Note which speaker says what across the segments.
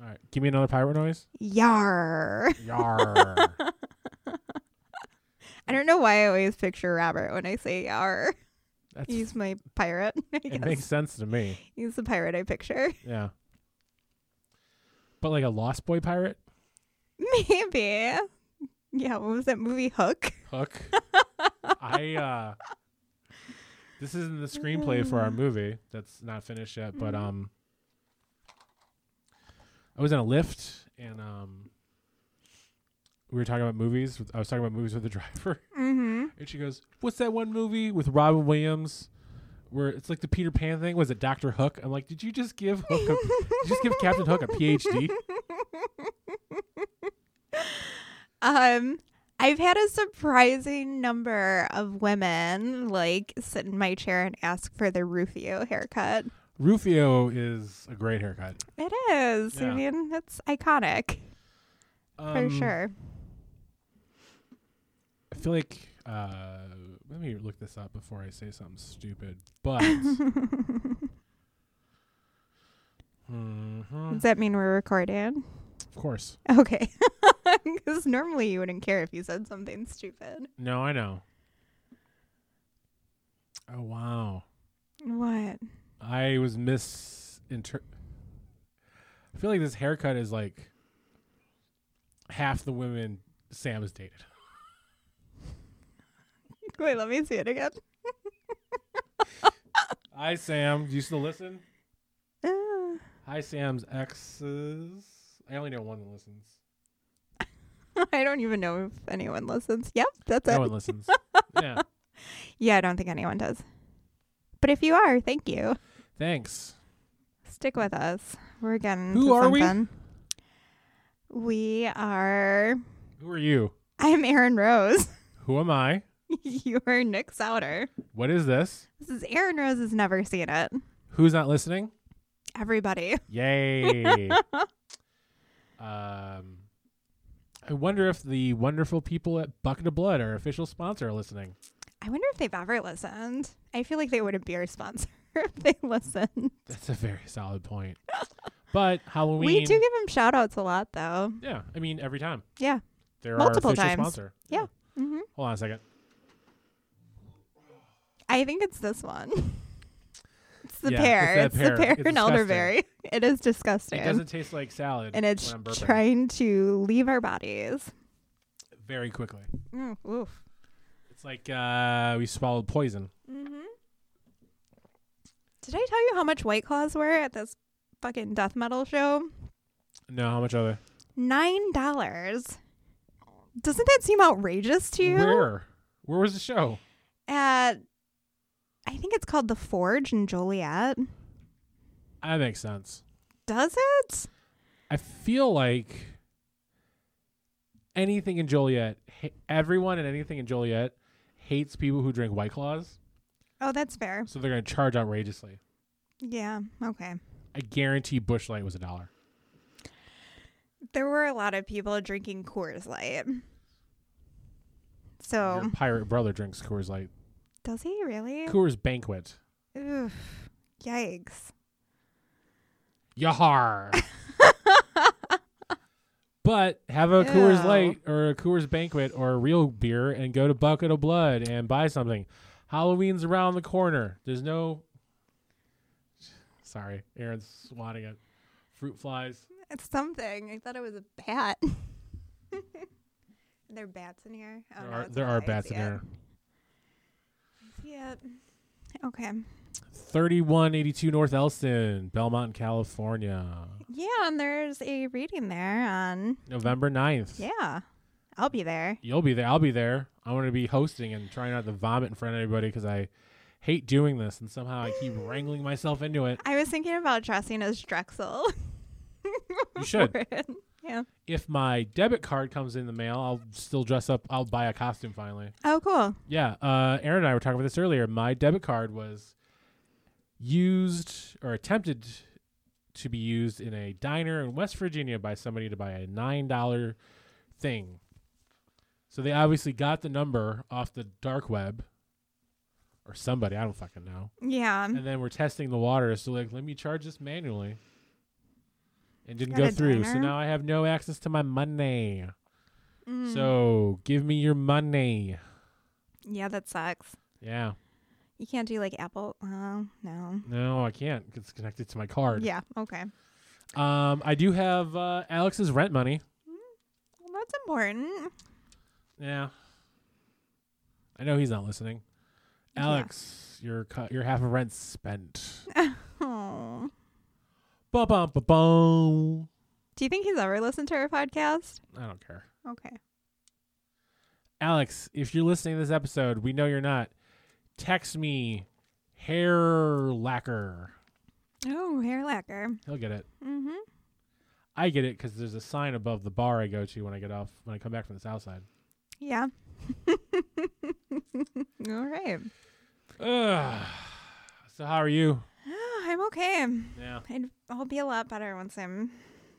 Speaker 1: All right. Give me another pirate noise.
Speaker 2: Yar.
Speaker 1: Yar.
Speaker 2: I don't know why I always picture Robert when I say yar.
Speaker 1: That's,
Speaker 2: He's my pirate. I
Speaker 1: it
Speaker 2: guess.
Speaker 1: makes sense to me.
Speaker 2: He's the pirate I picture.
Speaker 1: Yeah. But like a Lost Boy pirate?
Speaker 2: Maybe. Yeah, what was that movie Hook?
Speaker 1: Hook. I uh This isn't the screenplay for our movie that's not finished yet, but um I was in a lift and um we were talking about movies. with- I was talking about movies with the driver
Speaker 2: Mm-hmm.
Speaker 1: and she goes, "What's that one movie with Robin Williams where it's like the Peter Pan thing? Was it Doctor Hook?" I'm like, "Did you just give Hook a, did you just give Captain Hook a PhD?"
Speaker 2: Um, I've had a surprising number of women like sit in my chair and ask for the Rufio haircut.
Speaker 1: Rufio is a great haircut.
Speaker 2: It is.
Speaker 1: Yeah.
Speaker 2: I mean, that's iconic for
Speaker 1: Um,
Speaker 2: sure.
Speaker 1: I feel like uh, let me look this up before I say something stupid. But Mhm.
Speaker 2: Does that mean we're recording?
Speaker 1: of course,
Speaker 2: Okay. Because normally you wouldn't care if you said something stupid.
Speaker 1: no, I know. Oh wow,
Speaker 2: What?
Speaker 1: I was misinter. I feel like this haircut is like half the women Sam has dated.
Speaker 2: Wait, let me see it again.
Speaker 1: Hi Sam, do you still listen?
Speaker 2: Uh,
Speaker 1: Hi Sam's exes. I only know one that listens.
Speaker 2: I don't even know if anyone listens. Yep, that's
Speaker 1: No
Speaker 2: it.
Speaker 1: one listens. Yeah.
Speaker 2: Yeah, I don't think anyone does. But if you are, thank you.
Speaker 1: Thanks.
Speaker 2: Stick with us. We're getting
Speaker 1: Who
Speaker 2: to
Speaker 1: are we?
Speaker 2: something. We are.
Speaker 1: Who are you?
Speaker 2: I'm Aaron Rose.
Speaker 1: Who am I?
Speaker 2: you are Nick Souter.
Speaker 1: What is this?
Speaker 2: This is Aaron Rose has never seen it.
Speaker 1: Who's not listening?
Speaker 2: Everybody.
Speaker 1: Yay. um, I wonder if the wonderful people at Bucket of Blood, our official sponsor, are listening.
Speaker 2: I wonder if they've ever listened. I feel like they wouldn't be our sponsor if they listened.
Speaker 1: That's a very solid point. but Halloween.
Speaker 2: We do give them shout outs a lot, though.
Speaker 1: yeah, I mean, every time.
Speaker 2: Yeah.
Speaker 1: They're
Speaker 2: Multiple
Speaker 1: our official
Speaker 2: times.
Speaker 1: sponsor.
Speaker 2: Yeah. hmm
Speaker 1: Hold on a second.
Speaker 2: I think it's this one. It's the
Speaker 1: Yeah, it's
Speaker 2: pear.
Speaker 1: that
Speaker 2: It's,
Speaker 1: pear.
Speaker 2: the pear
Speaker 1: It's
Speaker 2: and elderberry. It is disgusting.
Speaker 1: It doesn't taste like salad.
Speaker 2: and it's
Speaker 1: when I'm burping
Speaker 2: trying to leave our bodies.
Speaker 1: very quickly.
Speaker 2: Mm, oof.
Speaker 1: It's like uh, we swallowed poison.
Speaker 2: Mm-hmm. Did I tell you how much White Claws were at this fucking death metal show?
Speaker 1: No, how much are
Speaker 2: Nine dollars. Doesn't that seem outrageous to
Speaker 1: they?
Speaker 2: you?
Speaker 1: Where? Where was the show?
Speaker 2: At I think it's called the Forge in Joliet.
Speaker 1: That makes sense.
Speaker 2: Does it?
Speaker 1: I feel like anything in Joliet, ha- everyone and anything in Joliet hates people who drink White Claws,
Speaker 2: Oh, that's fair.
Speaker 1: so they're going to charge outrageously.
Speaker 2: Yeah. Okay.
Speaker 1: I guarantee Bush Light was a dollar.
Speaker 2: There were a lot of people drinking Coors Light.
Speaker 1: Your
Speaker 2: So,
Speaker 1: pirate brother drinks Coors Light.
Speaker 2: does he really?
Speaker 1: Coors Banquet.
Speaker 2: Oof. Yikes.
Speaker 1: Yahar. but have a Coors
Speaker 2: Ew.
Speaker 1: Light or a Coors Banquet or a real beer and go to Bucket of Blood and buy something. Halloween's around the corner. There's no. Sorry, Aaron's swatting at fruit flies.
Speaker 2: It's something. I thought it was a bat. there are bats in here. Oh,
Speaker 1: There
Speaker 2: no,
Speaker 1: are,
Speaker 2: it's
Speaker 1: there
Speaker 2: a
Speaker 1: are
Speaker 2: fly. I
Speaker 1: bats
Speaker 2: see
Speaker 1: in
Speaker 2: it.
Speaker 1: there.
Speaker 2: I see it. Okay.
Speaker 1: 3182 North Elston, Belmont, California.
Speaker 2: Yeah, and there's a reading there on.
Speaker 1: November 9th.
Speaker 2: Yeah, I'll be there.
Speaker 1: You'll be there. I'll be there. I'm going to be hosting and trying not to vomit in front of everybody because I hate doing this and somehow I keep wrangling myself into it.
Speaker 2: I was thinking about dressing as Drexel.
Speaker 1: You should.
Speaker 2: For it. yeah.
Speaker 1: If my debit card comes in the mail, I'll still dress up. I'll buy a costume finally.
Speaker 2: Oh, cool.
Speaker 1: Yeah. Uh, Aaron and I were talking about this earlier. My debit card was used or attempted to be used in a diner in West Virginia by somebody to buy a $9 thing. So they obviously got the number off the dark web or somebody. I don't fucking know.
Speaker 2: Yeah.
Speaker 1: and then we're testing the water. So like, let me charge this manually. and didn't
Speaker 2: At
Speaker 1: go
Speaker 2: a
Speaker 1: through. So
Speaker 2: diner?
Speaker 1: now I have no access to my money.
Speaker 2: Mm.
Speaker 1: So give me your money.
Speaker 2: yeah, that sucks.
Speaker 1: Yeah.
Speaker 2: You can't do like Apple. Oh no.
Speaker 1: No, I can't. 'cause It's connected to my card.
Speaker 2: Yeah. Okay.
Speaker 1: Um, I do have uh, Alex's rent money.
Speaker 2: Well, that's important.
Speaker 1: Yeah. I know he's not listening.
Speaker 2: Yeah.
Speaker 1: Alex, your cu- your half of rent's spent.
Speaker 2: Oh.
Speaker 1: ba bum ba bum.
Speaker 2: Do you think he's ever listened to our podcast?
Speaker 1: I don't care.
Speaker 2: Okay.
Speaker 1: Alex, if you're listening to this episode, we know you're not. Text me hair lacquer.
Speaker 2: Oh, hair lacquer.
Speaker 1: He'll get it.
Speaker 2: Mm-hmm.
Speaker 1: I get it because there's a sign above the bar I go to when I get off when I come back from the south side.
Speaker 2: Yeah. All right.
Speaker 1: Ugh. So how are you?
Speaker 2: I'm okay.
Speaker 1: Yeah,
Speaker 2: I'd, I'll be a lot better once I'm.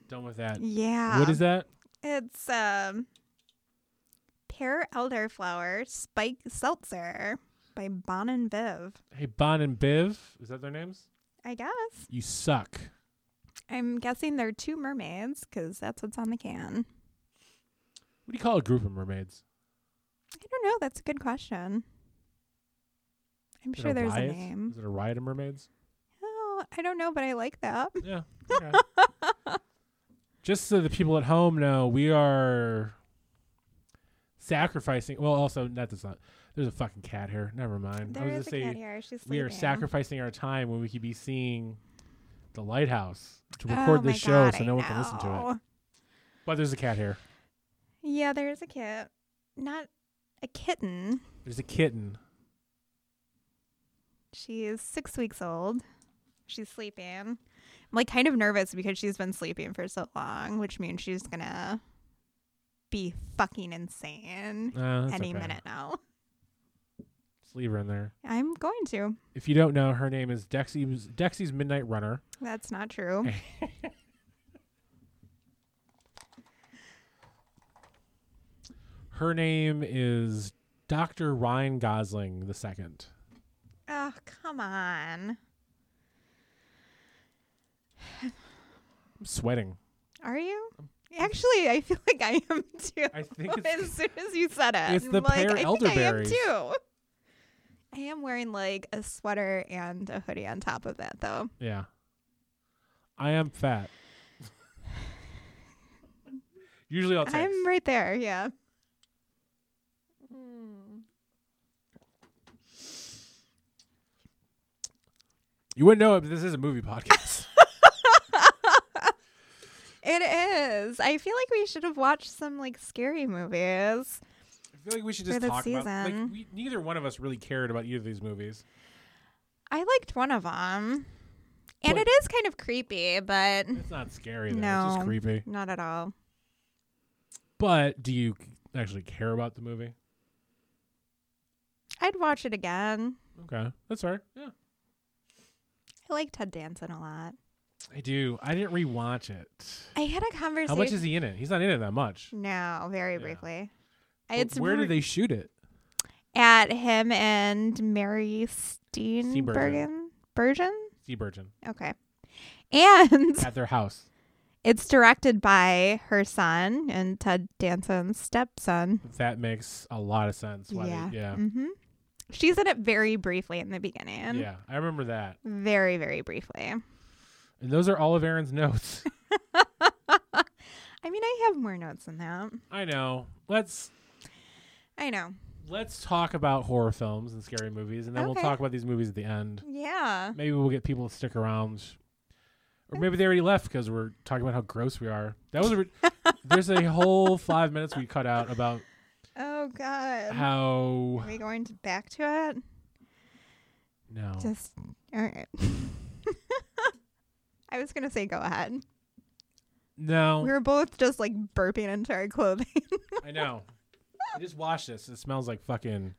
Speaker 1: done with that.
Speaker 2: Yeah.
Speaker 1: What is that?
Speaker 2: It's um, pear elderflower spike seltzer by Bon and Viv.
Speaker 1: Hey, Bon and Biv, is that their names?
Speaker 2: I guess.
Speaker 1: You suck.
Speaker 2: I'm guessing they're two mermaids because that's what's on the can.
Speaker 1: What do you call a group of mermaids?
Speaker 2: I don't know. That's a good question. I'm
Speaker 1: Is it
Speaker 2: sure
Speaker 1: a
Speaker 2: there's
Speaker 1: riot?
Speaker 2: a name.
Speaker 1: Is it a riot of mermaids?
Speaker 2: Oh, I don't know, but I like that.
Speaker 1: Yeah. okay. Just so the people at home know, we are sacrificing. Well, also not that's not. There's a fucking cat here. Never mind.
Speaker 2: There
Speaker 1: I was
Speaker 2: is a
Speaker 1: gonna say
Speaker 2: cat here. She's
Speaker 1: we
Speaker 2: sleeping.
Speaker 1: are sacrificing our time when we could be seeing the lighthouse to
Speaker 2: Oh
Speaker 1: record this
Speaker 2: my
Speaker 1: show,
Speaker 2: God,
Speaker 1: so
Speaker 2: I
Speaker 1: no one can listen to it.
Speaker 2: know.
Speaker 1: But there's a cat here.
Speaker 2: Yeah, there is a cat. Not a kitten.
Speaker 1: There's a kitten.
Speaker 2: She is six weeks old. She's sleeping. I'm like kind of nervous because she's been sleeping for so long, which means she's gonna be fucking insane
Speaker 1: Uh, that's
Speaker 2: any
Speaker 1: okay.
Speaker 2: minute now.
Speaker 1: Just leave her in there.
Speaker 2: I'm going to.
Speaker 1: If you don't know, her name is Dexy's Dexy's Midnight Runner.
Speaker 2: That's not
Speaker 1: Eh.
Speaker 2: true.
Speaker 1: Her name is Dr. Ryan Gosling the second.
Speaker 2: oh, come on.
Speaker 1: I'm sweating.
Speaker 2: Are you? Actually, I feel like I am too.
Speaker 1: Um, I think
Speaker 2: as
Speaker 1: it's
Speaker 2: soon as you said it,
Speaker 1: It's the
Speaker 2: I'm like,
Speaker 1: pear
Speaker 2: I think
Speaker 1: elderberries.
Speaker 2: I am too. I am wearing like a sweater and a hoodie on top of that, though.
Speaker 1: yeah. I am fat. Usually I'll text.
Speaker 2: I'm right there. Yeah.
Speaker 1: Hmm. you wouldn't know it, but this is a movie podcast.
Speaker 2: It is. I feel like we should have watched some like scary movies.
Speaker 1: I feel like we should
Speaker 2: For
Speaker 1: just
Speaker 2: the
Speaker 1: talk about like
Speaker 2: season.
Speaker 1: we, neither one of us really cared about either of these movies.
Speaker 2: I liked one of them.
Speaker 1: What?
Speaker 2: And it is kind of creepy, but
Speaker 1: It's not scary though. It's
Speaker 2: No.
Speaker 1: just creepy.
Speaker 2: not at all.
Speaker 1: But do you actually care about the movie?
Speaker 2: I'd watch it again.
Speaker 1: Okay. That's fair. Yeah.
Speaker 2: I like Ted Danson a lot.
Speaker 1: I do. I didn't rewatch it.
Speaker 2: I had a conversation.
Speaker 1: How much is he in it? He's not in it that much.
Speaker 2: No, very
Speaker 1: Yeah.
Speaker 2: briefly.
Speaker 1: But
Speaker 2: It's
Speaker 1: where
Speaker 2: re-
Speaker 1: did they shoot it?
Speaker 2: at him and Mary Steenburgen. Bergen?
Speaker 1: Sea Burgeon.
Speaker 2: Okay. And
Speaker 1: At their house.
Speaker 2: it's directed by her son and Ted Danson's stepson.
Speaker 1: That makes a lot of sense. Why
Speaker 2: yeah.
Speaker 1: They, yeah.
Speaker 2: hmm She's in it very briefly in the beginning.
Speaker 1: Yeah. I remember that.
Speaker 2: Very, very briefly.
Speaker 1: And those are all of Aaron's notes.
Speaker 2: I mean, I have more notes than that.
Speaker 1: I know. Let's
Speaker 2: I know.
Speaker 1: let's talk about horror films and scary movies and then
Speaker 2: Okay.
Speaker 1: we'll talk about these movies at the end.
Speaker 2: Yeah.
Speaker 1: Maybe we'll get people to stick around. Or maybe they already left because we're talking about how gross we are. That was a re- there's a whole five minutes we cut out about
Speaker 2: Oh, God.
Speaker 1: how
Speaker 2: Are we going to back to it?
Speaker 1: no
Speaker 2: Just, all right. I was going to say go ahead.
Speaker 1: no Oh.
Speaker 2: We were both just like burping into our clothing.
Speaker 1: I know. I just washed this. It smells like fucking.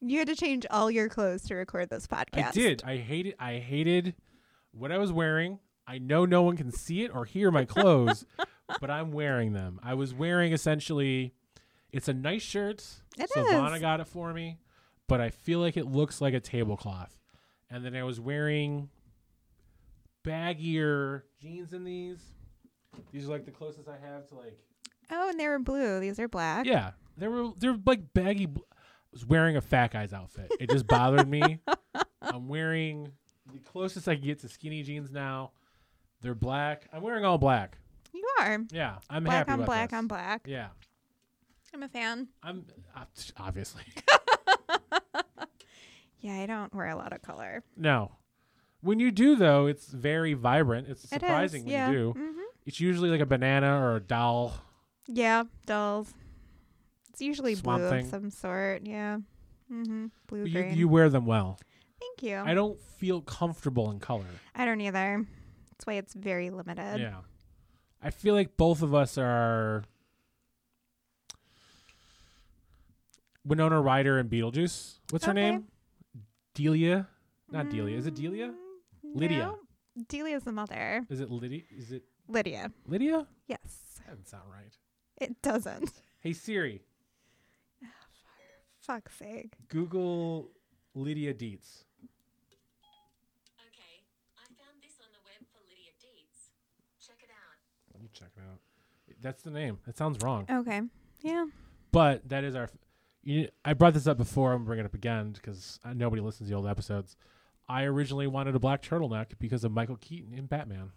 Speaker 2: you had to change all your clothes to record this podcast.
Speaker 1: I did. I hated. I hated what I was wearing. I know no one can see it or hear my clothes, but I'm wearing them. I was wearing essentially. It's a nice shirt.
Speaker 2: It
Speaker 1: Savannah
Speaker 2: is.
Speaker 1: got it for me, but I feel like it looks like a tablecloth. And then I was wearing baggier jeans than these. These are like the closest I have to like.
Speaker 2: Oh, and they were blue. These are black.
Speaker 1: Yeah, they were they're like baggy. Bl- I was wearing a fat guy's outfit. It just bothered me. I'm wearing the closest I can get to skinny jeans now. They're black. I'm wearing all black.
Speaker 2: You are.
Speaker 1: Yeah, I'm
Speaker 2: black
Speaker 1: happy
Speaker 2: on
Speaker 1: about
Speaker 2: black
Speaker 1: this.
Speaker 2: on black.
Speaker 1: Yeah,
Speaker 2: I'm a fan.
Speaker 1: I'm uh, obviously
Speaker 2: Yeah, I don't wear a lot of color.
Speaker 1: no. When you do though, it's very vibrant. It's surprising
Speaker 2: it is.
Speaker 1: when
Speaker 2: yeah.
Speaker 1: you do.
Speaker 2: hmm
Speaker 1: It's usually like a banana or a doll.
Speaker 2: Yeah, dolls. It's usually
Speaker 1: Swamp
Speaker 2: blue
Speaker 1: Thing.
Speaker 2: of some sort. Yeah. Mm-hmm. Blue
Speaker 1: But You,
Speaker 2: green. Oh.
Speaker 1: you wear them well.
Speaker 2: Thank you.
Speaker 1: I don't feel comfortable in color.
Speaker 2: I don't either. That's why it's very limited.
Speaker 1: yeah. I feel like both of us are Winona Ryder and Beetlejuice. What's her
Speaker 2: Okay.
Speaker 1: name? Delia. Not Delia. Is it Delia?
Speaker 2: Mm,
Speaker 1: Lydia.
Speaker 2: No. Delia's the mother.
Speaker 1: Is it Lydia? Is it
Speaker 2: Lydia.
Speaker 1: Lydia?
Speaker 2: Yes.
Speaker 1: That doesn't sound right.
Speaker 2: It doesn't.
Speaker 1: Hey Siri,
Speaker 2: Fuck's sake.
Speaker 1: Google Lydia Dietz.
Speaker 3: Okay, I found this on the web for Lydia Deeds. Check it out.
Speaker 1: Let me check it out. That's the name. That sounds wrong.
Speaker 2: Okay. Yeah.
Speaker 1: But that is our. f- You, I brought this up before. I'm bringing it up again because nobody listens to the old episodes. I originally wanted a black turtleneck because of Michael Keaton in Batman.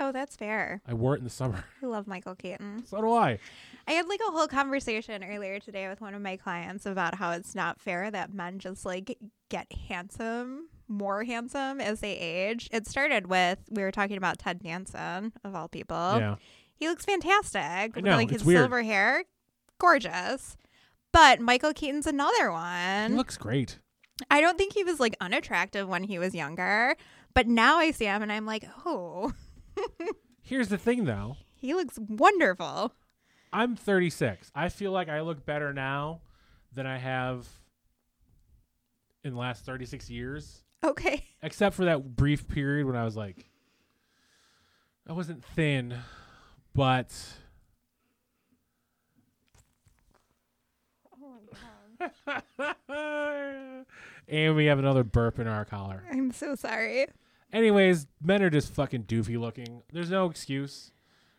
Speaker 2: Oh, that's fair.
Speaker 1: I wore it in the summer.
Speaker 2: I love Michael Keaton.
Speaker 1: So do I.
Speaker 2: I had like a whole conversation earlier today with one of my clients about how it's not fair that men just like get handsome, more handsome as they age. It started with we were talking about Ted Danson of all people.
Speaker 1: yeah.
Speaker 2: He looks fantastic. with
Speaker 1: know,
Speaker 2: like
Speaker 1: it's
Speaker 2: his
Speaker 1: weird.
Speaker 2: silver hair, gorgeous. But Michael Keaton's another one.
Speaker 1: He looks great.
Speaker 2: I don't think he was like unattractive when he was younger, but now I see him and I'm like, oh,
Speaker 1: Here's the thing though.
Speaker 2: he looks wonderful.
Speaker 1: I'm 36. I feel like I look better now than I have in the last 36 years,
Speaker 2: Okay.
Speaker 1: except for that brief period when I was like, I wasn't thin, but and we have another burp in our collar.
Speaker 2: I'm so sorry.
Speaker 1: Anyways, men are just fucking doofy looking. There's no excuse.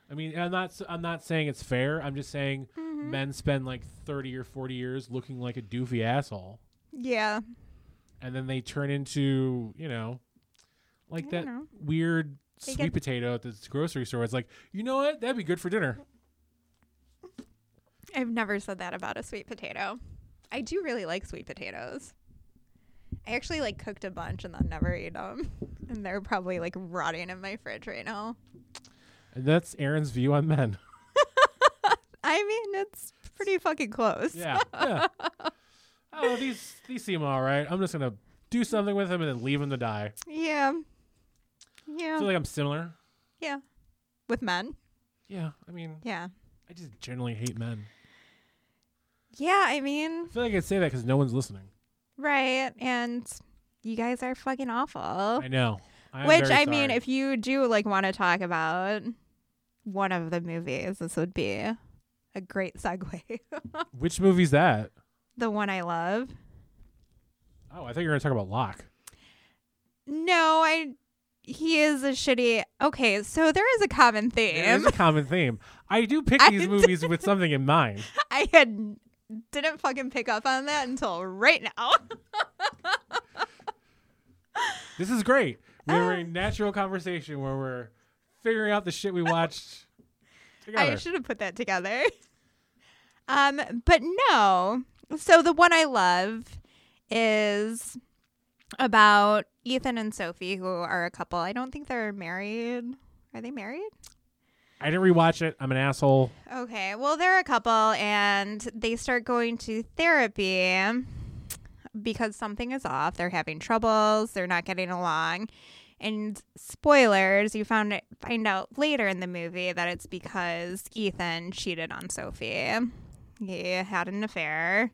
Speaker 1: I mean, I'm not. s- I'm not saying it's fair. I'm just saying
Speaker 2: Hmm?
Speaker 1: men spend like 30 or 40 years looking like a doofy asshole,
Speaker 2: Yeah.
Speaker 1: and then they turn into you know, like
Speaker 2: I
Speaker 1: that
Speaker 2: don't know.
Speaker 1: weird
Speaker 2: They
Speaker 1: sweet
Speaker 2: get-
Speaker 1: potato at this grocery store. It's like, you know what? That'd be good for dinner.
Speaker 2: I've never said that about a sweet potato. I do really like sweet potatoes. I actually like cooked a bunch and then never ate them. And they're probably like rotting in my fridge right now.
Speaker 1: And that's Aaron's view on men.
Speaker 2: I mean, it's pretty fucking close.
Speaker 1: Yeah. yeah. oh, these these seem all right. I'm just gonna do something with them and then leave them to die.
Speaker 2: Yeah. Yeah.
Speaker 1: I feel like I'm similar.
Speaker 2: yeah. With men.
Speaker 1: Yeah. I mean,
Speaker 2: Yeah.
Speaker 1: I just generally hate men.
Speaker 2: Yeah, I
Speaker 1: I
Speaker 2: mean,
Speaker 1: feel like I say that because no one's listening.
Speaker 2: right. And you guys are fucking awful.
Speaker 1: I know. I'm
Speaker 2: Oh. Which
Speaker 1: very
Speaker 2: I mean,
Speaker 1: sorry.
Speaker 2: if you do like want to talk about one of the movies, this would be a great segue.
Speaker 1: which movie's that?
Speaker 2: the one I love.
Speaker 1: Oh, I thought you were gonna talk about Locke.
Speaker 2: No, I. He is a shitty. Okay, so there is a common
Speaker 1: It's
Speaker 2: theme.
Speaker 1: a common theme. I do pick
Speaker 2: I
Speaker 1: these
Speaker 2: did-
Speaker 1: movies with something in mind.
Speaker 2: I had didn't fucking pick up on that until right now.
Speaker 1: This is great. We're
Speaker 2: Ah.
Speaker 1: having a natural conversation where we're figuring out the shit we watched together.
Speaker 2: I should have put that together. Um, but no. So the one I love is about Ethan and Sophie, who are a couple. I don't think they're married. Are they married?
Speaker 1: I didn't rewatch it. I'm an asshole.
Speaker 2: Okay. Well, they're a couple and they start going to therapy because something is off. They're having troubles, they're not getting along. And spoilers, you found it, find out later in the movie that it's because Ethan cheated on Sophie. He had an affair.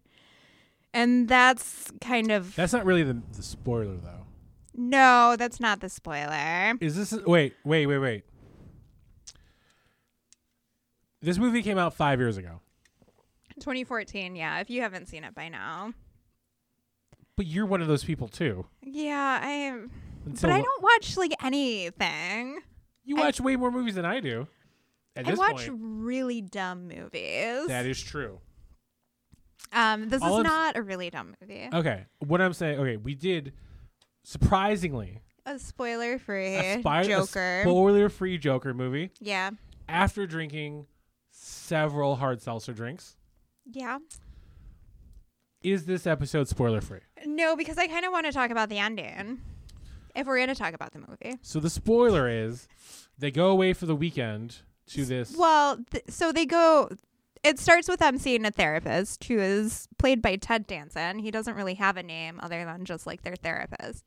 Speaker 2: And that's kind of
Speaker 1: That's not really the, the spoiler though.
Speaker 2: no, that's not the spoiler.
Speaker 1: Is this wait, wait, wait, wait. This movie came out five years ago.
Speaker 2: 2014, yeah, if you haven't seen it by now.
Speaker 1: But you're one of those people too.
Speaker 2: Yeah, I
Speaker 1: And so
Speaker 2: But I
Speaker 1: wha-
Speaker 2: don't watch like anything.
Speaker 1: you
Speaker 2: I-
Speaker 1: watch way more movies than I do. At
Speaker 2: I
Speaker 1: this
Speaker 2: watch
Speaker 1: point,
Speaker 2: really dumb movies.
Speaker 1: that is true.
Speaker 2: um, this
Speaker 1: all
Speaker 2: is
Speaker 1: of- Uh,
Speaker 2: not a really dumb movie.
Speaker 1: Okay, what I'm saying. Okay, we did surprisingly
Speaker 2: a spoiler free
Speaker 1: a, spy-
Speaker 2: Joker.
Speaker 1: a spoiler-free Joker movie
Speaker 2: yeah.
Speaker 1: after drinking several hard seltzer drinks.
Speaker 2: Yeah.
Speaker 1: Is this episode spoiler-free?
Speaker 2: No, because I kind of want to talk about the ending. If we're going to talk about the movie.
Speaker 1: So the spoiler is they go away for the weekend to this.
Speaker 2: Well, th- so they go. It starts with them seeing a therapist who is played by Ted Danson. He doesn't really have a name other than just like their therapist.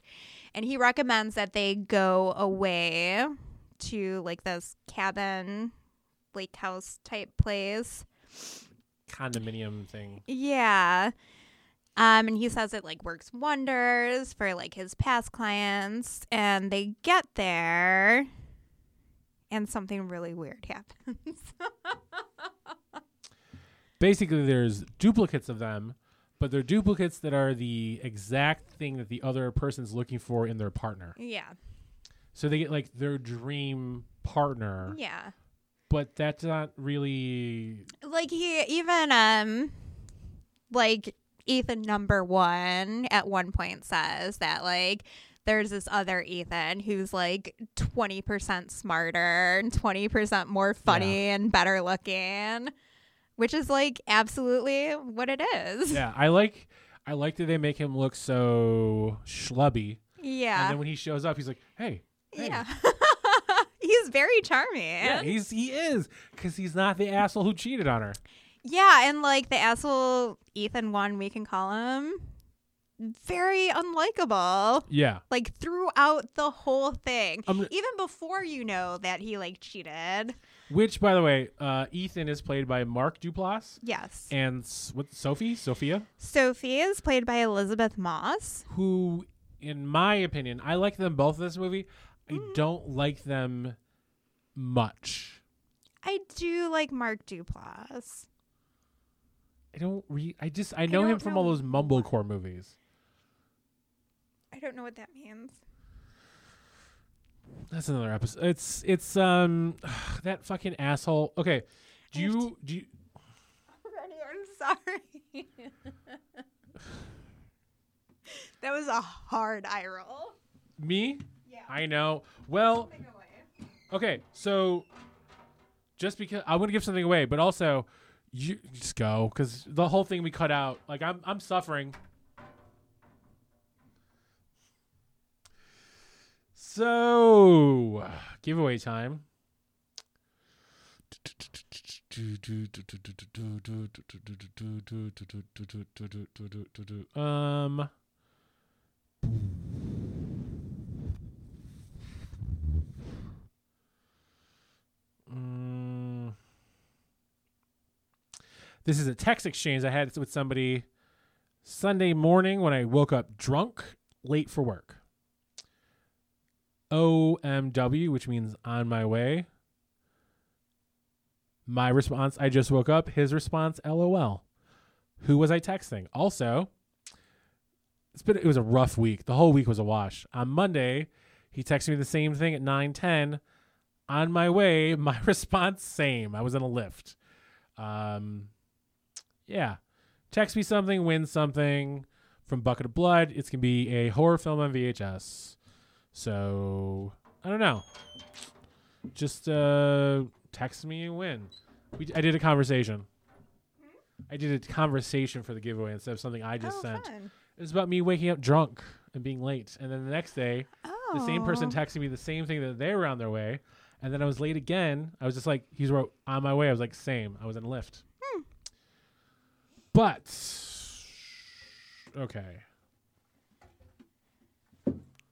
Speaker 2: And he recommends that they go away to like this cabin, lake house type place.
Speaker 1: condominium thing.
Speaker 2: Yeah. Um, and he says it like works wonders for like his past clients. And they get there, and something really weird happens.
Speaker 1: Basically, there's duplicates of them, but they're duplicates that are the exact thing that the other person's looking for in their partner.
Speaker 2: yeah,
Speaker 1: So they get like their dream partner,
Speaker 2: yeah.
Speaker 1: but that's not really.
Speaker 2: Like he even um, like Ethan number one at one point says that like. There's this other Ethan who's like 20% smarter and 20% more funny and better looking, which is like absolutely what it is.
Speaker 1: Yeah, I like. I like that they make him look so schlubby, and
Speaker 2: Yeah.
Speaker 1: then when he shows up, he's like, "Hey, hey.
Speaker 2: Yeah. he's very charming.
Speaker 1: yeah, he's he is, because he's not the asshole who cheated on her."
Speaker 2: Yeah, and like the asshole Ethan one we can call him very unlikable
Speaker 1: Yeah,
Speaker 2: like throughout the whole thing
Speaker 1: I'm gonna-
Speaker 2: even before you know that he like cheated
Speaker 1: which by the way, uh, Ethan is played by Mark Duplass,
Speaker 2: yes
Speaker 1: and S- what Sophie, Sophia,
Speaker 2: sophie is played by elizabeth moss
Speaker 1: who, in my opinion, I like them both in this movie. I
Speaker 2: Mm-hmm.
Speaker 1: don't like them much.
Speaker 2: i do like mark duplass
Speaker 1: I don't re. I just I know him
Speaker 2: don't
Speaker 1: from all
Speaker 2: know
Speaker 1: those mumblecore movies.
Speaker 2: i don't know what that means
Speaker 1: That's another episode. It's it's um that fucking asshole. Okay, do you do you,
Speaker 2: Already, i'm sorry that was a hard eye roll
Speaker 1: me?
Speaker 2: yeah
Speaker 1: I know. Well,
Speaker 2: Take away.
Speaker 1: okay. So just because I want to give something away, but also you just go because the whole thing we cut out. Like I'm I'm suffering. So, giveaway time. Um, mm, this is a text exchange I had with somebody Sunday morning when I woke up drunk, late for work. OMW, which means on my way. My response, I just woke up. His response, LOL. Who was I texting? Also, it's been it was a rough week. The whole week was a wash. On Monday, he texted me the same thing at 9:10. On my way, my response same. I was in a lift. Um yeah. Text me something, win something from Bucket of Blood. It's going to be a horror film on VHS. So, I don't know. Just uh text me and win. We, I did a conversation. I did a conversation for the giveaway instead of something I just
Speaker 2: oh,
Speaker 1: sent.
Speaker 2: fun.
Speaker 1: It was about me waking up drunk and being late. And then the next day,
Speaker 2: Oh.
Speaker 1: the same person texted me the same thing that they were on their way. And then I was late again. I was just like, he's wrote on my way. I was like, same. I was in a lift. But, okay.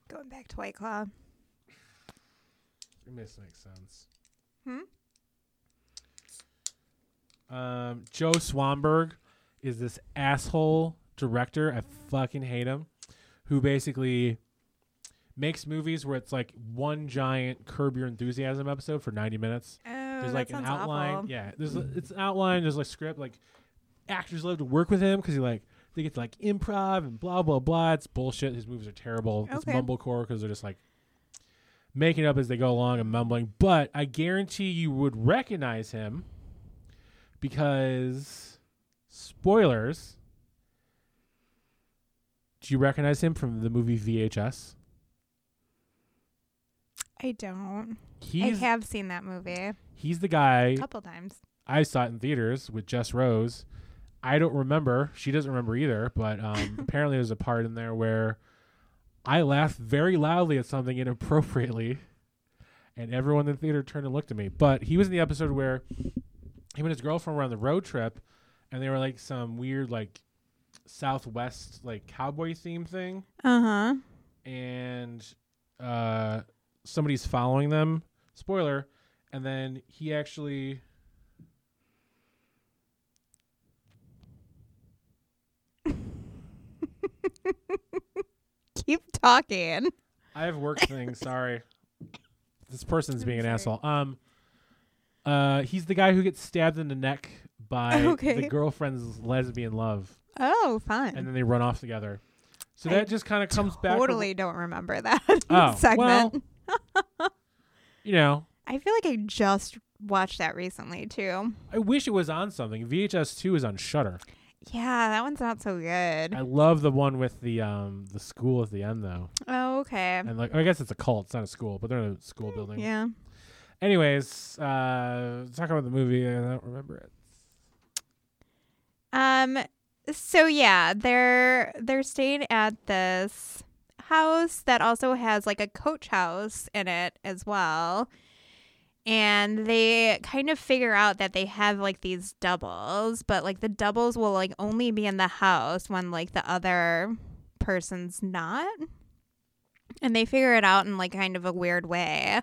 Speaker 2: Going back to White Claw. Oh,
Speaker 1: This makes sense.
Speaker 2: Hmm?
Speaker 1: Um, Joe Swanberg is this asshole director. I fucking hate him. Who basically makes movies where it's like one giant Curb Your Enthusiasm episode for 90 minutes.
Speaker 2: Oh,
Speaker 1: There's like an outline. Yeah, there's a- it's an outline. There's like script. Like actors love to work with him because he like They get to like improv and blah blah blah. It's bullshit. His movies are terrible. It's
Speaker 2: Okay.
Speaker 1: mumblecore because they're just like making up as they go along and mumbling. But I guarantee you would recognize him because spoilers. Do you recognize him from the movie VHS?
Speaker 2: I don't.
Speaker 1: He's
Speaker 2: I have seen that movie
Speaker 1: he's the guy
Speaker 2: a couple times.
Speaker 1: I saw it in theaters with Jess Rose. I don't remember. She doesn't remember either. But um, apparently, there's a part in there where I laughed very loudly at something inappropriately, and everyone in the theater turned and looked at me. But he was in the episode where him and his girlfriend were on the road trip, and they were like some weird like Southwest like cowboy theme thing
Speaker 2: Uh huh.
Speaker 1: and uh, somebody's following them. Spoiler. And then he actually.
Speaker 2: Keep talking.
Speaker 1: I have work things. Sorry, this person's being an
Speaker 2: sorry.
Speaker 1: asshole. Um, uh, he's the guy who gets stabbed in the neck by the
Speaker 2: Okay.
Speaker 1: girlfriend's lesbian love,
Speaker 2: Oh, fun.
Speaker 1: and then they run off together. So
Speaker 2: I
Speaker 1: that just kind of comes back. to-
Speaker 2: totally don't remember that
Speaker 1: Oh,
Speaker 2: segment.
Speaker 1: well. you know,
Speaker 2: I feel like I just watched that recently too.
Speaker 1: I wish it was on something. VHS two is on Shutter.
Speaker 2: Yeah, that one's not so good.
Speaker 1: I love the one with the um the school at the end though.
Speaker 2: Oh, okay.
Speaker 1: and like I guess it's a cult. It's not a school, but they're in a school building.
Speaker 2: Hmm, Yeah.
Speaker 1: Anyways, uh, talk about the movie. I don't remember it.
Speaker 2: Um. So yeah, they're they're staying at this house that also has like a coach house in it as well, and they kind of figure out that they have like these doubles, but like the doubles will like only be in the house when like the other person's not. And they figure it out in like kind of a weird way.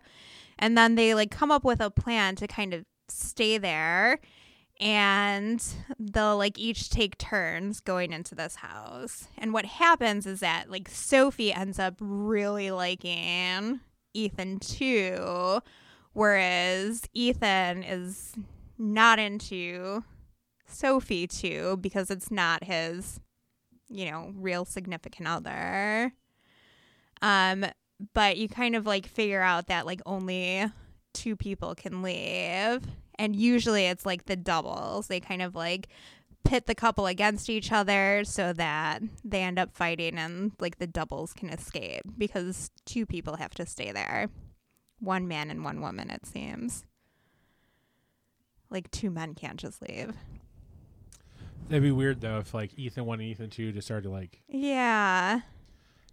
Speaker 2: And then they like come up with a plan to kind of stay there and they'll like each take turns going into this house. And what happens is that like Sophie ends up really liking Ethan too, whereas Ethan is not into Sophie too because it's not his, you know, real significant other. Um, but you kind of like figure out that like only two people can leave and usually it's like the doubles they kind of like pit the couple against each other so that they end up fighting and like the doubles can escape because two people have to stay there one man and one woman it seems like two men can't just leave
Speaker 1: It'd be weird though if like Ethan one and Ethan two just started like.
Speaker 2: yeah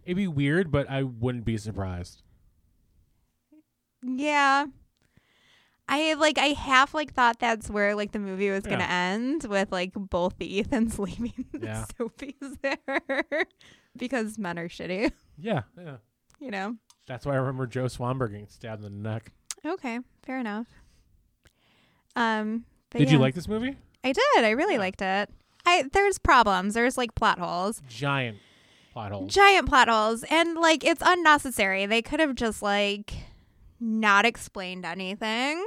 Speaker 1: It'd be weird, but I wouldn't be surprised.
Speaker 2: yeah i like i half like thought that's where like the movie was gonna end with like both the ethans leaving
Speaker 1: Yeah.
Speaker 2: the sophie's there because men are shitty
Speaker 1: Yeah, yeah.
Speaker 2: you know.
Speaker 1: That's why I remember Joe Swanberg getting stabbed in the neck.
Speaker 2: Okay, fair enough. Um, but
Speaker 1: Did you
Speaker 2: yeah.
Speaker 1: like this movie?
Speaker 2: I did. I really
Speaker 1: Yeah.
Speaker 2: liked it. I there's problems. There's like plot holes,
Speaker 1: Giant plot hole.
Speaker 2: giant plot holes, and like it's unnecessary. They could have just like not explained anything,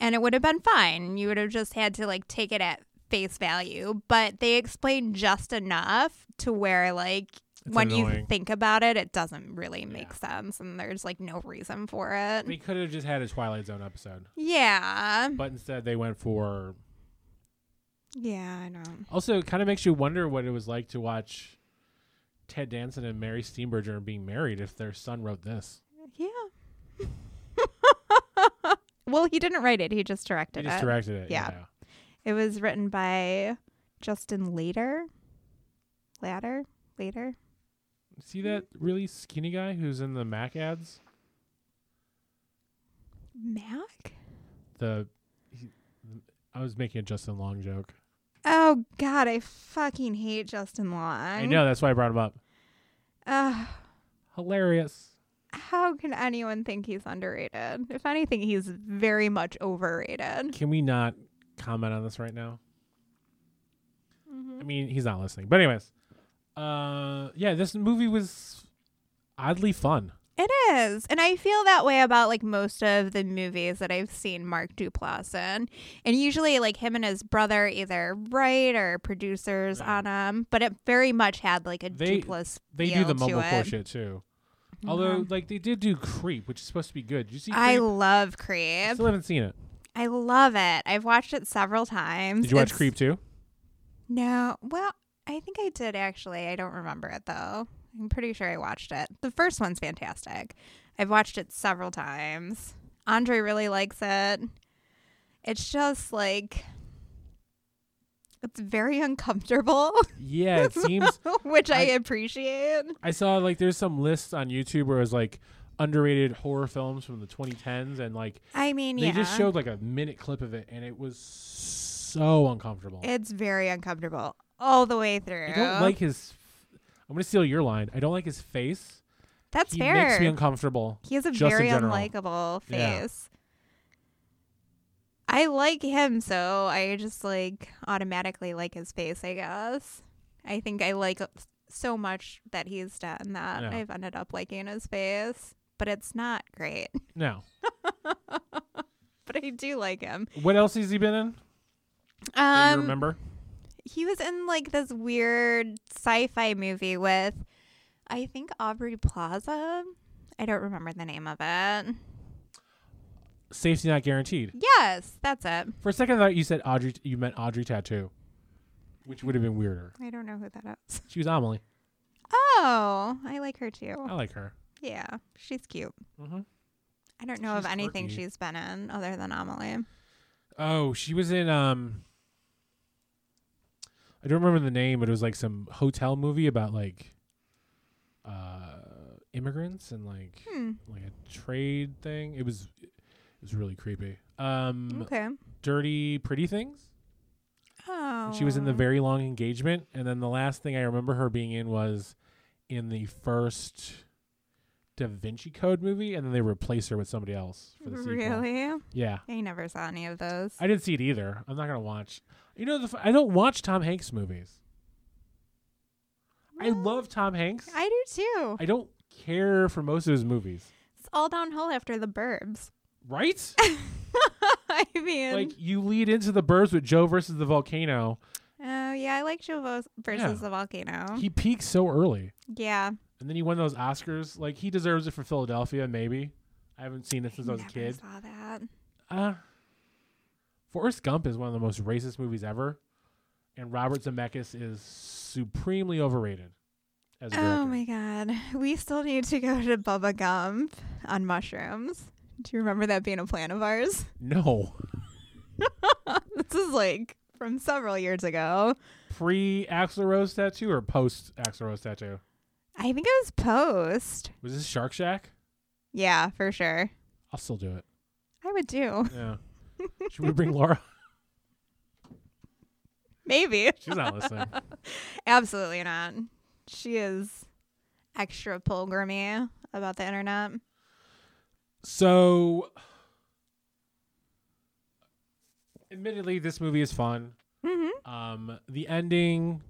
Speaker 2: and it would have been fine. You would have just had to like take it at face value, but they explained just enough to where like.
Speaker 1: It's
Speaker 2: when you
Speaker 1: annoying.
Speaker 2: think about it, it doesn't really make
Speaker 1: Yeah.
Speaker 2: sense, and there's like no reason for it.
Speaker 1: we could have just had a Twilight Zone episode,
Speaker 2: yeah.
Speaker 1: but instead they went for.
Speaker 2: Yeah, I know.
Speaker 1: Also, it kind of makes you wonder what it was like to watch Ted Danson and Mary Steenburgen being married if their son wrote this.
Speaker 2: Yeah. well, he didn't write it. He just directed
Speaker 1: He just
Speaker 2: it.
Speaker 1: directed it.
Speaker 2: Yeah. it was written by Justin Later. Latter? Later?
Speaker 1: See that really skinny guy who's in the Mac ads?
Speaker 2: Mac?
Speaker 1: The he, I was making a Justin Long joke.
Speaker 2: Oh, God. I fucking hate Justin Long.
Speaker 1: I know that's why I brought him up.
Speaker 2: Ugh,
Speaker 1: Hilarious.
Speaker 2: how can anyone think he's underrated? If anything, he's very much overrated.
Speaker 1: Can we not comment on this right now?
Speaker 2: Mhm.
Speaker 1: I mean, he's not listening. But anyways, uh, yeah, this movie was oddly fun.
Speaker 2: It is. And I feel that way about like most of the movies that I've seen Mark Duplass in. And usually like him and his brother either write or producers
Speaker 1: Right.
Speaker 2: on them, but it very much had like a
Speaker 1: They-
Speaker 2: Duplass
Speaker 1: They
Speaker 2: feel
Speaker 1: do the
Speaker 2: to
Speaker 1: mumblecore
Speaker 2: it.
Speaker 1: shit too. Although, like they did do Creep, which is supposed to be good. Did you see?
Speaker 2: Mm-hmm. I
Speaker 1: Creep?
Speaker 2: love
Speaker 1: I
Speaker 2: Creep.
Speaker 1: still haven't seen it.
Speaker 2: I love it. I've watched it several times.
Speaker 1: Did you watch
Speaker 2: It's-
Speaker 1: Creep too?
Speaker 2: No. Well, I think I did actually. I don't remember it though. I'm pretty sure I watched it. The first one's fantastic. I've watched it several times. Andre really likes it. It's just like it's very uncomfortable,
Speaker 1: Yeah, it seems.
Speaker 2: which I,
Speaker 1: I-
Speaker 2: appreciate.
Speaker 1: I saw like there's some lists on YouTube where it was like underrated horror films from the 2010s, and like
Speaker 2: I mean,
Speaker 1: they
Speaker 2: yeah.
Speaker 1: just showed like a minute clip of it, and it was so uncomfortable.
Speaker 2: it's very uncomfortable all the way through.
Speaker 1: I don't like his. I'm gonna steal your line. I don't like his face.
Speaker 2: That's
Speaker 1: he
Speaker 2: fair.
Speaker 1: makes me uncomfortable.
Speaker 2: He has a
Speaker 1: just in
Speaker 2: very
Speaker 1: general.
Speaker 2: unlikable
Speaker 1: Yeah.
Speaker 2: face. I like him, so I just like automatically like his face, I guess. I think I like so much that he's done that
Speaker 1: Yeah.
Speaker 2: I've ended up liking his face, but it's not great.
Speaker 1: Now,
Speaker 2: But I do like him.
Speaker 1: what else has he been in? that you
Speaker 2: Um,
Speaker 1: remember?
Speaker 2: he was in like this weird sci-fi movie with, I think Aubrey Plaza. I don't remember the name of it.
Speaker 1: Safety not guaranteed.
Speaker 2: Yes, that's it.
Speaker 1: For a second, I thought you said Audrey. You meant Audrey Tattoo, which would have been weirder.
Speaker 2: I don't know who that is.
Speaker 1: She was Amelie.
Speaker 2: Oh, I like her too.
Speaker 1: I like her.
Speaker 2: Yeah, she's cute.
Speaker 1: hmm
Speaker 2: I don't know of
Speaker 1: She's
Speaker 2: anything
Speaker 1: quirky.
Speaker 2: she's been in other than Amelie.
Speaker 1: Oh, she was in um. I don't remember the name, but it was like some hotel movie about like uh immigrants and like
Speaker 2: Hmm.
Speaker 1: like a trade thing. It was it was really creepy. Um
Speaker 2: Okay.
Speaker 1: Dirty Pretty Things.
Speaker 2: Oh.
Speaker 1: And She was in the very long engagement and then the last thing I remember her being in was in the first Da Vinci Code movie and then they replace her with somebody else for the sequel.
Speaker 2: Oh, Really?
Speaker 1: Yeah.
Speaker 2: I never saw any of those.
Speaker 1: I didn't see it either. I'm not going to watch. You know, the f- I don't watch Tom Hanks movies. I
Speaker 2: Well,
Speaker 1: love Tom Hanks. I,
Speaker 2: I do too.
Speaker 1: don't care for most of his movies.
Speaker 2: It's all downhill after the Burbs.
Speaker 1: Right?
Speaker 2: I mean,
Speaker 1: like, you lead into the birds with Joe versus the volcano.
Speaker 2: oh yeah, I like Joe Vos- versus
Speaker 1: Yeah.
Speaker 2: the volcano.
Speaker 1: He peaks so early.
Speaker 2: yeah,
Speaker 1: And then he won those Oscars. Like, he deserves it for Philadelphia, maybe. I haven't seen it since I was a
Speaker 2: never
Speaker 1: kid.
Speaker 2: saw that.
Speaker 1: Uh, Forrest Gump is one of the most racist movies ever. And Robert Zemeckis is supremely overrated as a director.
Speaker 2: Oh my god, we still need to go to Bubba Gump on mushrooms. Do you remember that being a plan of ours?
Speaker 1: No.
Speaker 2: this is like from several years ago.
Speaker 1: pre Axl Rose tattoo or post Axl Rose tattoo?
Speaker 2: I think it was post.
Speaker 1: Was this Shark Shack?
Speaker 2: Yeah, for sure.
Speaker 1: I'll still do it.
Speaker 2: I would do.
Speaker 1: Yeah. Should we bring Laura?
Speaker 2: Maybe.
Speaker 1: She's not listening.
Speaker 2: Absolutely not. She is extra pilgrimy about the internet.
Speaker 1: So, admittedly, this movie is fun.
Speaker 2: Mm-hmm.
Speaker 1: Um, the ending,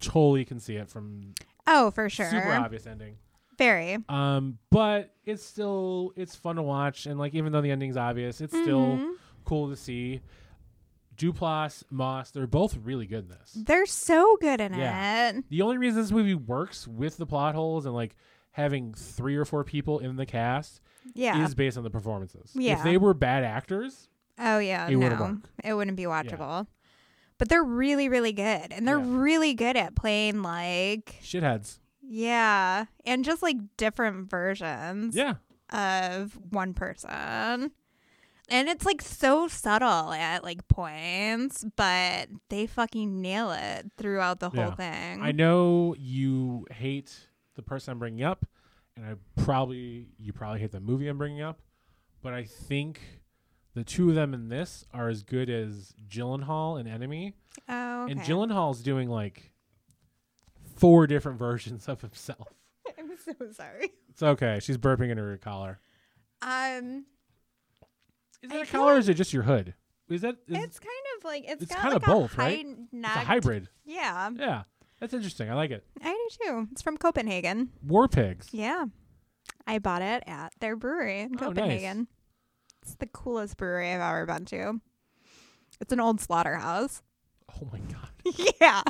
Speaker 1: totally can see it from
Speaker 2: Oh, for sure.
Speaker 1: super obvious ending.
Speaker 2: Very.
Speaker 1: Um, but it's still it's fun to watch, and like even though the ending's obvious, it's still
Speaker 2: Mhm.
Speaker 1: cool to see. Duplass, Moss, they're both really good in this.
Speaker 2: They're so good in
Speaker 1: Yeah.
Speaker 2: it.
Speaker 1: The only reason this movie works with the plot holes and like having three or four people in the cast
Speaker 2: Yeah.
Speaker 1: is based on the performances.
Speaker 2: Yeah.
Speaker 1: If they were bad actors,
Speaker 2: oh, yeah.
Speaker 1: it
Speaker 2: no,
Speaker 1: wouldn't work.
Speaker 2: it wouldn't be watchable. But they're really, really good. And they're
Speaker 1: Yeah.
Speaker 2: really good at playing like,
Speaker 1: shitheads.
Speaker 2: yeah. And just like different versions.
Speaker 1: Yeah.
Speaker 2: of one person. And it's like so subtle at like points, but they fucking nail it throughout the
Speaker 1: Yeah.
Speaker 2: whole thing.
Speaker 1: I know you hate the person I'm bringing up, and I probably you probably hate the movie I'm bringing up, but I think the two of them in this are as good as Gyllenhaal and Enemy,
Speaker 2: oh, okay.
Speaker 1: and Gyllenhaal's doing like four different versions of himself.
Speaker 2: I'm so sorry.
Speaker 1: It's okay. She's burping in her collar.
Speaker 2: Um,
Speaker 1: Is
Speaker 2: I
Speaker 1: that a
Speaker 2: feel
Speaker 1: collar or is it just your hood? Is that is,
Speaker 2: it's kind of like it's,
Speaker 1: it's
Speaker 2: got
Speaker 1: kinda
Speaker 2: like
Speaker 1: both,
Speaker 2: a
Speaker 1: right?
Speaker 2: high
Speaker 1: it's a
Speaker 2: neck-
Speaker 1: hybrid?
Speaker 2: Yeah,
Speaker 1: Yeah, that's interesting. I like it.
Speaker 2: I do too. It's from Copenhagen.
Speaker 1: War pigs.
Speaker 2: Yeah, I bought it at their brewery in
Speaker 1: Oh, nice.
Speaker 2: Copenhagen. It's the coolest brewery I've ever been to. It's an old slaughterhouse.
Speaker 1: Oh my god.
Speaker 2: yeah.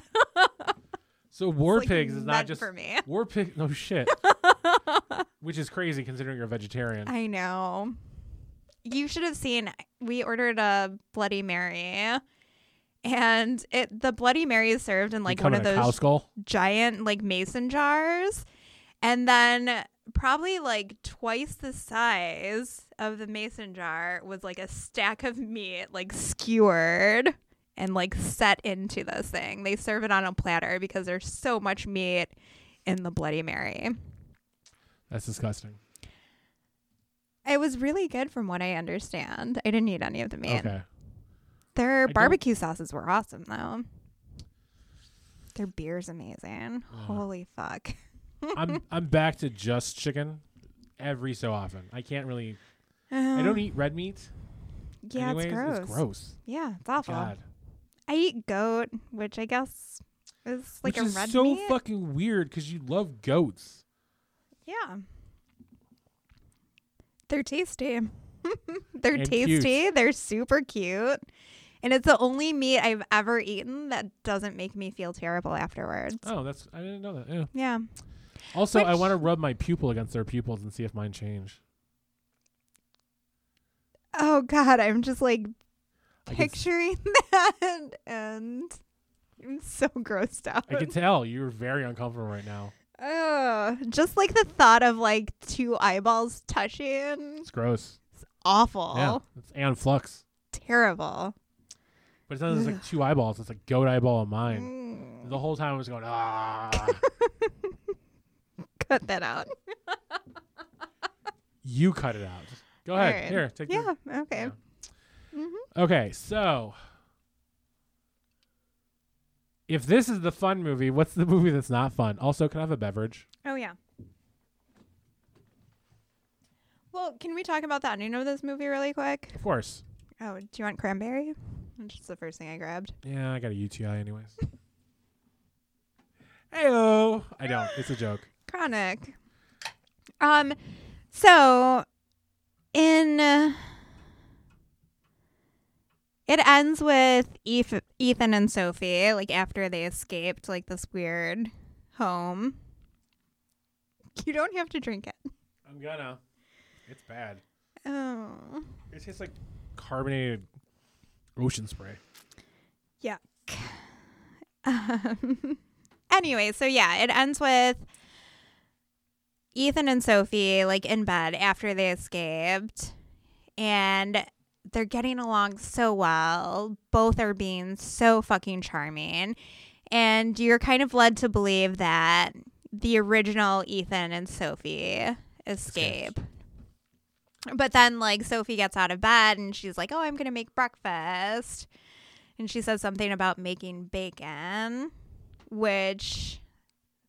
Speaker 1: So war
Speaker 2: like
Speaker 1: pigs is not
Speaker 2: meant
Speaker 1: just
Speaker 2: for me.
Speaker 1: war pig. No shit. Which is crazy considering you're a vegetarian.
Speaker 2: I know. You should have seen. We ordered a Bloody Mary, and it the Bloody Mary is served in like
Speaker 1: you come
Speaker 2: one
Speaker 1: in
Speaker 2: of
Speaker 1: a cow
Speaker 2: those
Speaker 1: skull.
Speaker 2: giant like mason jars, and then probably like twice the size of the mason jar was like a stack of meat like skewered and like set into this thing. They serve it on a platter because there's so much meat in the Bloody Mary.
Speaker 1: That's disgusting.
Speaker 2: It was really good from what I understand. I didn't eat any of the meat.
Speaker 1: Okay.
Speaker 2: Their
Speaker 1: don't-
Speaker 2: barbecue sauces were awesome though. Their beer's amazing. Holy fuck.
Speaker 1: I'm I'm back to just chicken every so often. I can't really I don't eat red meat.
Speaker 2: Yeah,
Speaker 1: anyways.
Speaker 2: it's gross.
Speaker 1: It's gross.
Speaker 2: Yeah, it's awful.
Speaker 1: God.
Speaker 2: I eat goat, which I guess is like
Speaker 1: Which
Speaker 2: a
Speaker 1: is
Speaker 2: red
Speaker 1: so
Speaker 2: meat.
Speaker 1: fucking weird because you love goats.
Speaker 2: yeah. They're tasty. They're
Speaker 1: And cute.
Speaker 2: tasty. They're super cute. And it's the only meat I've ever eaten that doesn't make me feel terrible afterwards.
Speaker 1: Oh, that's I didn't know that. Yeah.
Speaker 2: Yeah.
Speaker 1: Also, I
Speaker 2: Which-
Speaker 1: want to rub my pupil against their pupils and see if mine change.
Speaker 2: Oh God, I'm just like
Speaker 1: I can, s-
Speaker 2: picturing that, and I'm so grossed out.
Speaker 1: I can tell you're very uncomfortable right now.
Speaker 2: Ugh. just like the thought of like two eyeballs touching.
Speaker 1: It's gross.
Speaker 2: Awful.
Speaker 1: Yeah, it's and flux.
Speaker 2: Terrible.
Speaker 1: But it's not just like two eyeballs. It's a goat eyeball of mine.
Speaker 2: Mm.
Speaker 1: The whole time I was going ah.
Speaker 2: Cut that out.
Speaker 1: you cut it out. Go ahead.
Speaker 2: Alright.
Speaker 1: Here, take the-
Speaker 2: Yeah. Okay.
Speaker 1: Yeah. Okay, so if this is the fun movie, what's the movie that's not fun? Also, can I have a beverage?
Speaker 2: Oh yeah. Well, can we talk about that? Do you know this movie really quick?
Speaker 1: Of course.
Speaker 2: Oh, do you want cranberry? Which is the first thing I grabbed.
Speaker 1: Yeah, I got a UTI anyways. Heyo. I don't. It's a joke.
Speaker 2: Chronic. Um, so in uh, it ends with Eth- Ethan and Sophie, like after they escaped like this weird home. You don't have to drink it.
Speaker 1: I'm gonna. It's bad.
Speaker 2: Oh,
Speaker 1: It tastes like carbonated ocean spray.
Speaker 2: yuck. Um, anyway, so yeah, it ends with Ethan and Sophie like in bed after they escaped and they're getting along so well. Both are being so fucking charming. And you're kind of led to believe that the original Ethan and Sophie escape. But then like Sophie gets out of bed and she's like, "Oh, I'm going to make breakfast." And she says something about making bacon, which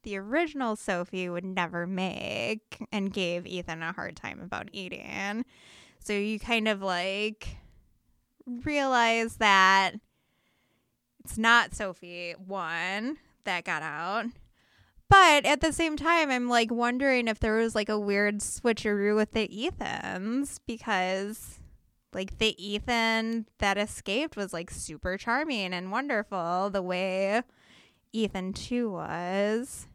Speaker 2: the original Sophie would never make and gave Ethan a hard time about eating. So you kind of like realize that it's not Sophie one that got out. But at the same time, I'm like wondering if there was like a weird switcheroo with the Ethans because like the Ethan that escaped was like super charming and wonderful the way Ethan 2 was,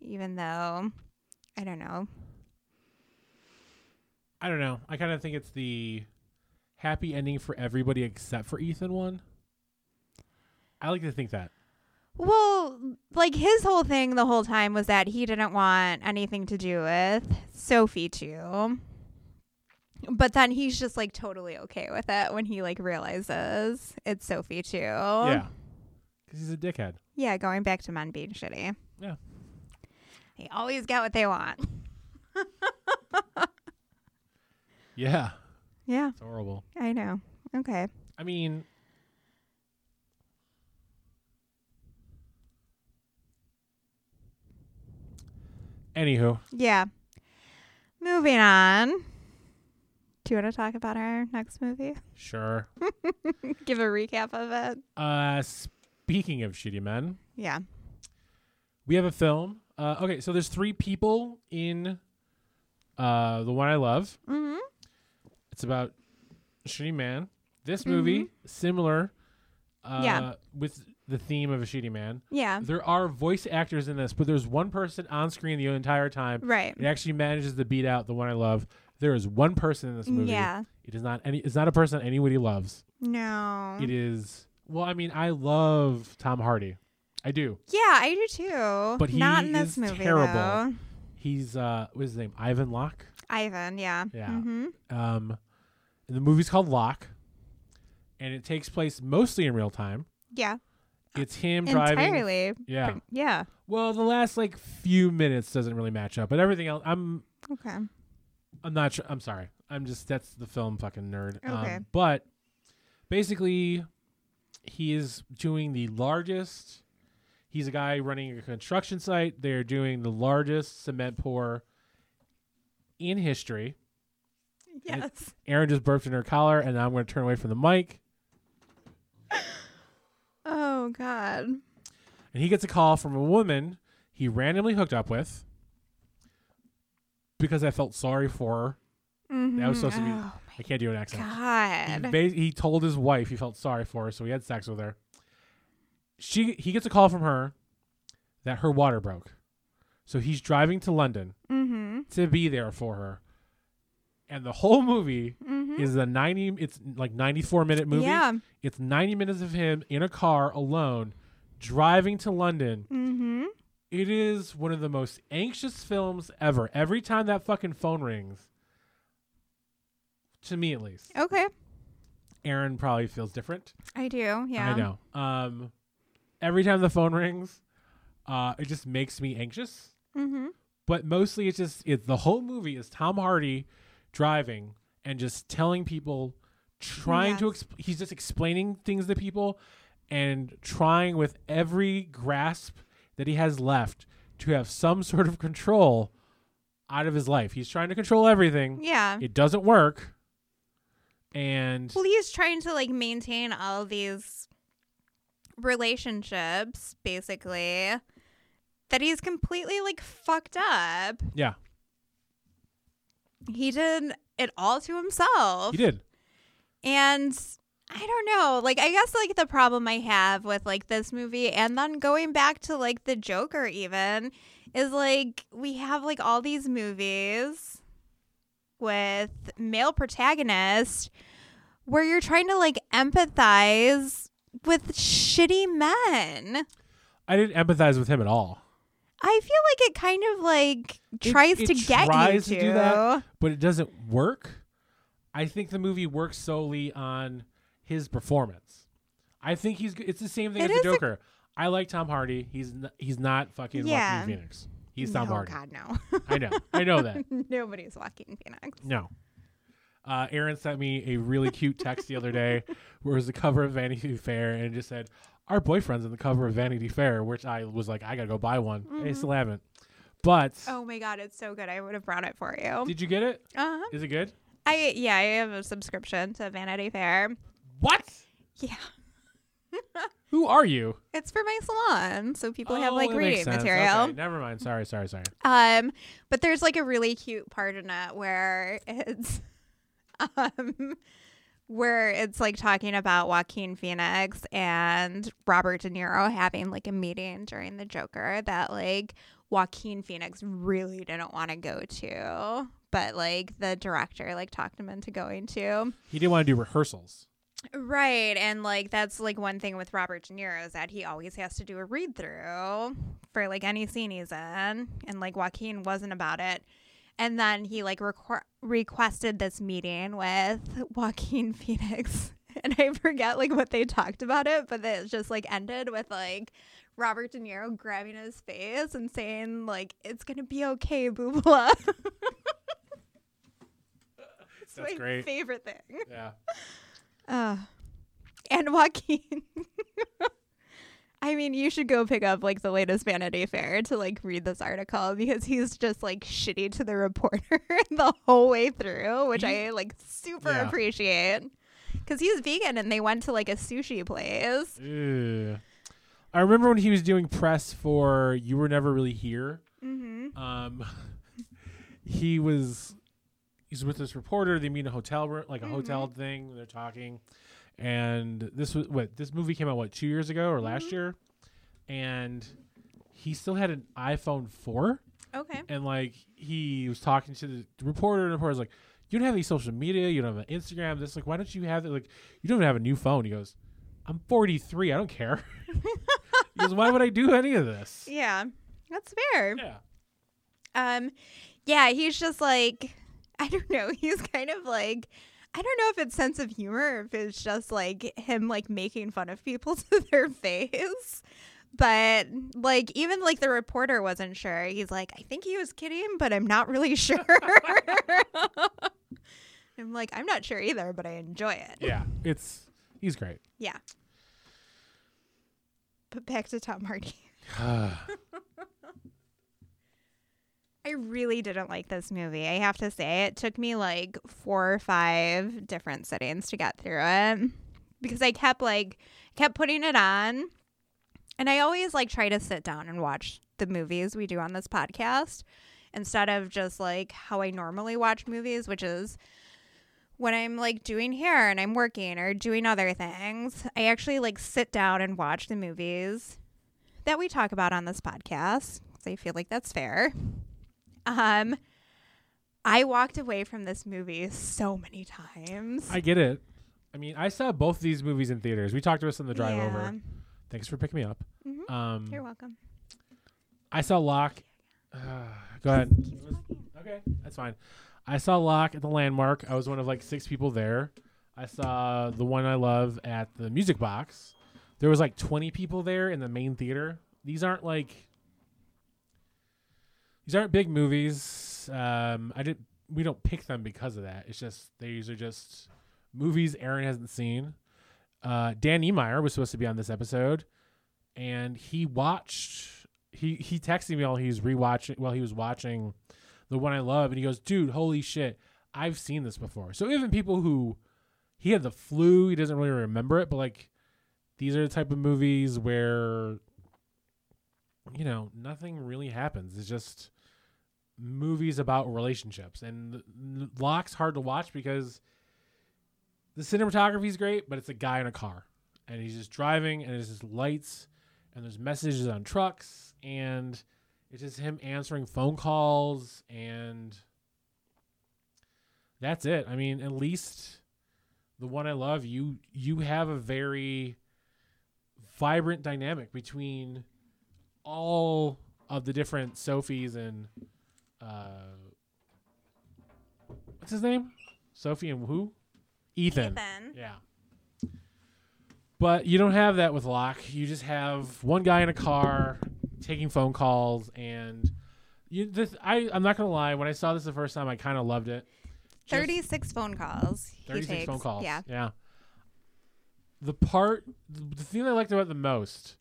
Speaker 2: even though I don't know.
Speaker 1: I don't know. I kind of think it's the happy ending for everybody except for Ethan one. I like to think that.
Speaker 2: Well, like his whole thing the whole time was that he didn't want anything to do with Sophie too. But then he's just like totally okay with it when he like realizes it's Sophie too.
Speaker 1: Yeah. Because he's a dickhead.
Speaker 2: Yeah, going back to men being shitty.
Speaker 1: Yeah.
Speaker 2: They always get what they want.
Speaker 1: Yeah.
Speaker 2: Yeah,
Speaker 1: It's horrible.
Speaker 2: I know. Okay.
Speaker 1: I mean, anywho,
Speaker 2: Yeah. Moving on. Do you want to talk about our next movie?
Speaker 1: sure.
Speaker 2: Give a recap of it.
Speaker 1: Uh, speaking of shitty men,
Speaker 2: Yeah.
Speaker 1: we have a film. Uh, okay, so there's three people in uh, uh, the one I love.
Speaker 2: Mm-hmm.
Speaker 1: It's about shitty man. This movie similar, uh,
Speaker 2: Mm-hmm. Yeah. Um.
Speaker 1: with the theme of a shitty man.
Speaker 2: Yeah.
Speaker 1: There are voice actors in this, but there's one person on screen the entire time.
Speaker 2: Right.
Speaker 1: It actually manages to beat out the one I love. There is one person in this movie.
Speaker 2: Yeah.
Speaker 1: It is not any. It's not a person anybody loves.
Speaker 2: No.
Speaker 1: It is. Well, I mean, I love Tom Hardy. I do.
Speaker 2: Yeah, I do too.
Speaker 1: But
Speaker 2: not
Speaker 1: he
Speaker 2: in this
Speaker 1: is
Speaker 2: movie
Speaker 1: terrible.
Speaker 2: though.
Speaker 1: He's uh, what's his name? Ivan Locke.
Speaker 2: Ivan, yeah.
Speaker 1: Yeah.
Speaker 2: Mm-hmm.
Speaker 1: Um, and the movie's called Locke, and it takes place mostly in real time.
Speaker 2: Yeah.
Speaker 1: It's him driving.
Speaker 2: Entirely.
Speaker 1: Yeah.
Speaker 2: Pre- Yeah.
Speaker 1: Well, the last like few minutes doesn't really match up, but everything else, I'm
Speaker 2: Okay.
Speaker 1: I'm not sure. I'm sorry. I'm just that's the film fucking nerd.
Speaker 2: Okay.
Speaker 1: Um, but basically, he is doing the largest. He's a guy running a construction site. They're doing the largest cement pour in history.
Speaker 2: Yes.
Speaker 1: Aaron just burped in her collar, and I'm going to turn away from the mic.
Speaker 2: oh God.
Speaker 1: And he gets a call from a woman he randomly hooked up with because I felt sorry for her. That was
Speaker 2: Mhm.
Speaker 1: supposed to be.
Speaker 2: Oh,
Speaker 1: I can't do an accent. He,
Speaker 2: God.
Speaker 1: ba- he told his wife he felt sorry for her, so he had sex with her. She he gets a call from her that her water broke, so he's driving to London
Speaker 2: Mm-hmm.
Speaker 1: to be there for her. And the whole movie
Speaker 2: Mm-hmm.
Speaker 1: is a ninety. It's like ninety four minute movie.
Speaker 2: Yeah.
Speaker 1: It's ninety minutes of him in a car alone, driving to London.
Speaker 2: Mm-hmm.
Speaker 1: It is one of the most anxious films ever. Every time that fucking phone rings, to me at least,
Speaker 2: Okay.
Speaker 1: Aaron probably feels different.
Speaker 2: I do. Yeah.
Speaker 1: I know. Um, every time the phone rings, uh, it just makes me anxious.
Speaker 2: Mm-hmm.
Speaker 1: But mostly, it's just it's the whole movie is Tom Hardy driving and just telling people, trying to
Speaker 2: Yes.
Speaker 1: exp- he's just explaining things to people, and trying with every grasp that he has left to have some sort of control out of his life. He's trying to control everything.
Speaker 2: Yeah.
Speaker 1: It doesn't work. And
Speaker 2: Well, he's trying to like maintain all these relationships, basically, that he's completely like fucked up.
Speaker 1: yeah,
Speaker 2: He did it all to himself.
Speaker 1: he did.
Speaker 2: And I don't know. Like, I guess like the problem I have with like this movie and then going back to like the Joker, even, is like we have like all these movies with male protagonists where you're trying to like empathize with shitty men.
Speaker 1: I didn't empathize with him at all.
Speaker 2: I feel like it kind of like tries
Speaker 1: it
Speaker 2: to get
Speaker 1: tries
Speaker 2: you
Speaker 1: to do that. but it doesn't work. I think the movie works solely on his performance. I think he's. g- It's the same thing
Speaker 2: It
Speaker 1: as
Speaker 2: is
Speaker 1: the
Speaker 2: a-
Speaker 1: Joker. I like Tom Hardy. He's n- he's not fucking
Speaker 2: Yeah.
Speaker 1: Joaquin Phoenix. He's Tom
Speaker 2: no,
Speaker 1: Hardy.
Speaker 2: God, no.
Speaker 1: I know. I know that.
Speaker 2: Nobody's walking Phoenix.
Speaker 1: No. Uh, Aaron sent me a really cute text the other day, where it was the cover of Vanity Fair, and it just said, "Our boyfriend's on the cover of Vanity Fair," which I was like, "I gotta go buy one." I still haven't. But
Speaker 2: Mm-hmm. Oh my God, it's so good. I would have brought it for you.
Speaker 1: did you get it?
Speaker 2: Uh huh.
Speaker 1: Is it good?
Speaker 2: I yeah, I have a subscription to Vanity Fair.
Speaker 1: What?
Speaker 2: Yeah,
Speaker 1: Who are you?
Speaker 2: it's for my salon, so people have
Speaker 1: Oh,
Speaker 2: like
Speaker 1: that makes
Speaker 2: reading
Speaker 1: sense.
Speaker 2: material.
Speaker 1: Okay, never mind. Sorry, sorry, sorry.
Speaker 2: Um, but there's like a really cute part in it where it's, um, where it's like talking about Joaquin Phoenix and Robert De Niro having like a meeting during the Joker that like Joaquin Phoenix really didn't want to go to, but like the director like talked him into going to.
Speaker 1: He didn't want to do rehearsals.
Speaker 2: Right. And like that's like one thing with Robert De Niro is that he always has to do a read through for like any scene he's in. And like Joaquin wasn't about it. And then he like requ- requested this meeting with Joaquin Phoenix. And I forget like what they talked about it, but it just like ended with like Robert De Niro grabbing his face and saying like it's gonna be okay, boobla. it's
Speaker 1: That's
Speaker 2: my
Speaker 1: great.
Speaker 2: favorite thing.
Speaker 1: Yeah.
Speaker 2: Uh, and Joaquin. I mean, you should go pick up like the latest Vanity Fair to like read this article because he's just like shitty to the reporter the whole way through, which I like super
Speaker 1: Yeah.
Speaker 2: appreciate. Because he's vegan and they went to like a sushi place.
Speaker 1: Ew. I remember when he was doing press for "You Were Never Really Here."
Speaker 2: Mm-hmm.
Speaker 1: Um, he was he's with this reporter. They meet in a hotel room, like a
Speaker 2: Mm-hmm.
Speaker 1: hotel thing. They're talking, and this was what this movie came out what two years ago or last
Speaker 2: Mm-hmm.
Speaker 1: year, and he still had an iPhone four,
Speaker 2: Okay.
Speaker 1: and like he was talking to the reporter, and the reporter's like, "You don't have any social media. You don't have an Instagram. This like, why don't you have it? Like, you don't even have a new phone." He goes, "I'm 43. I don't care." he goes, "Why would I do any of this?"
Speaker 2: Yeah. That's fair.
Speaker 1: Yeah.
Speaker 2: Um, yeah, he's just like, I don't know. He's kind of like, I don't know if it's sense of humor, or if it's just like him like making fun of people to their face. But like, even like the reporter wasn't sure. He's like, I think he was kidding, but I'm not really sure. I'm like, I'm not sure either, but I enjoy it.
Speaker 1: Yeah. It's he's great.
Speaker 2: Yeah. But back to Tom Hardy. I really didn't like this movie. I have to say, it took me like four or five different sittings to get through it because I kept like kept putting it on, and I always like try to sit down and watch the movies we do on this podcast instead of just like how I normally watch movies, which is when I'm like doing hair and I'm working or doing other things. I actually like sit down and watch the movies that we talk about on this podcast. So I feel like that's fair. Um, I walked away from this movie so many times.
Speaker 1: I get it. I mean, I saw both of these movies in theaters. We talked to us on the drive
Speaker 2: Yeah.
Speaker 1: over. Thanks for picking me up.
Speaker 2: Mhm. You're
Speaker 1: Um,
Speaker 2: welcome.
Speaker 1: I saw Locke. Uh, go ahead.
Speaker 2: Keep talking.
Speaker 1: Okay, that's fine. I saw Locke at the Landmark. I was one of like six people there. I saw the one I love at the Music Box. There was like 20 people there in the main theater. These aren't like these aren't big movies. Um, I did we don't pick them because of that. It's just these are just movies Aaron hasn't seen. Uh, Dan Emeyer was supposed to be on this episode, and he watched. He he texted me while he was rewatching while he was watching the one I love, and he goes, "Dude, holy shit, I've seen this before." So even people who he had the flu, he doesn't really remember it, but like these are the type of movies where you know nothing really happens. It's just movies about relationships, and the- the Locke's hard to watch because the cinematography is great, but it's a guy in a car, and he's just driving, and it's just lights, and there's messages on trucks, and it's just him answering phone calls and that's it. I mean, at least the one I love, you you have a very vibrant dynamic between all of the different Sophies and uh what's his name? Sophie and who? Ethan.
Speaker 2: Ethan.
Speaker 1: Yeah. But you don't have that with Locke. You just have one guy in a car taking phone calls, and you. This, I I'm not gonna lie. When I saw this the first time, I kind of loved it. Just-
Speaker 2: 36 phone calls. he
Speaker 1: 36
Speaker 2: takes.
Speaker 1: phone calls.
Speaker 2: Yeah.
Speaker 1: Yeah. The part, the thing I liked about it the most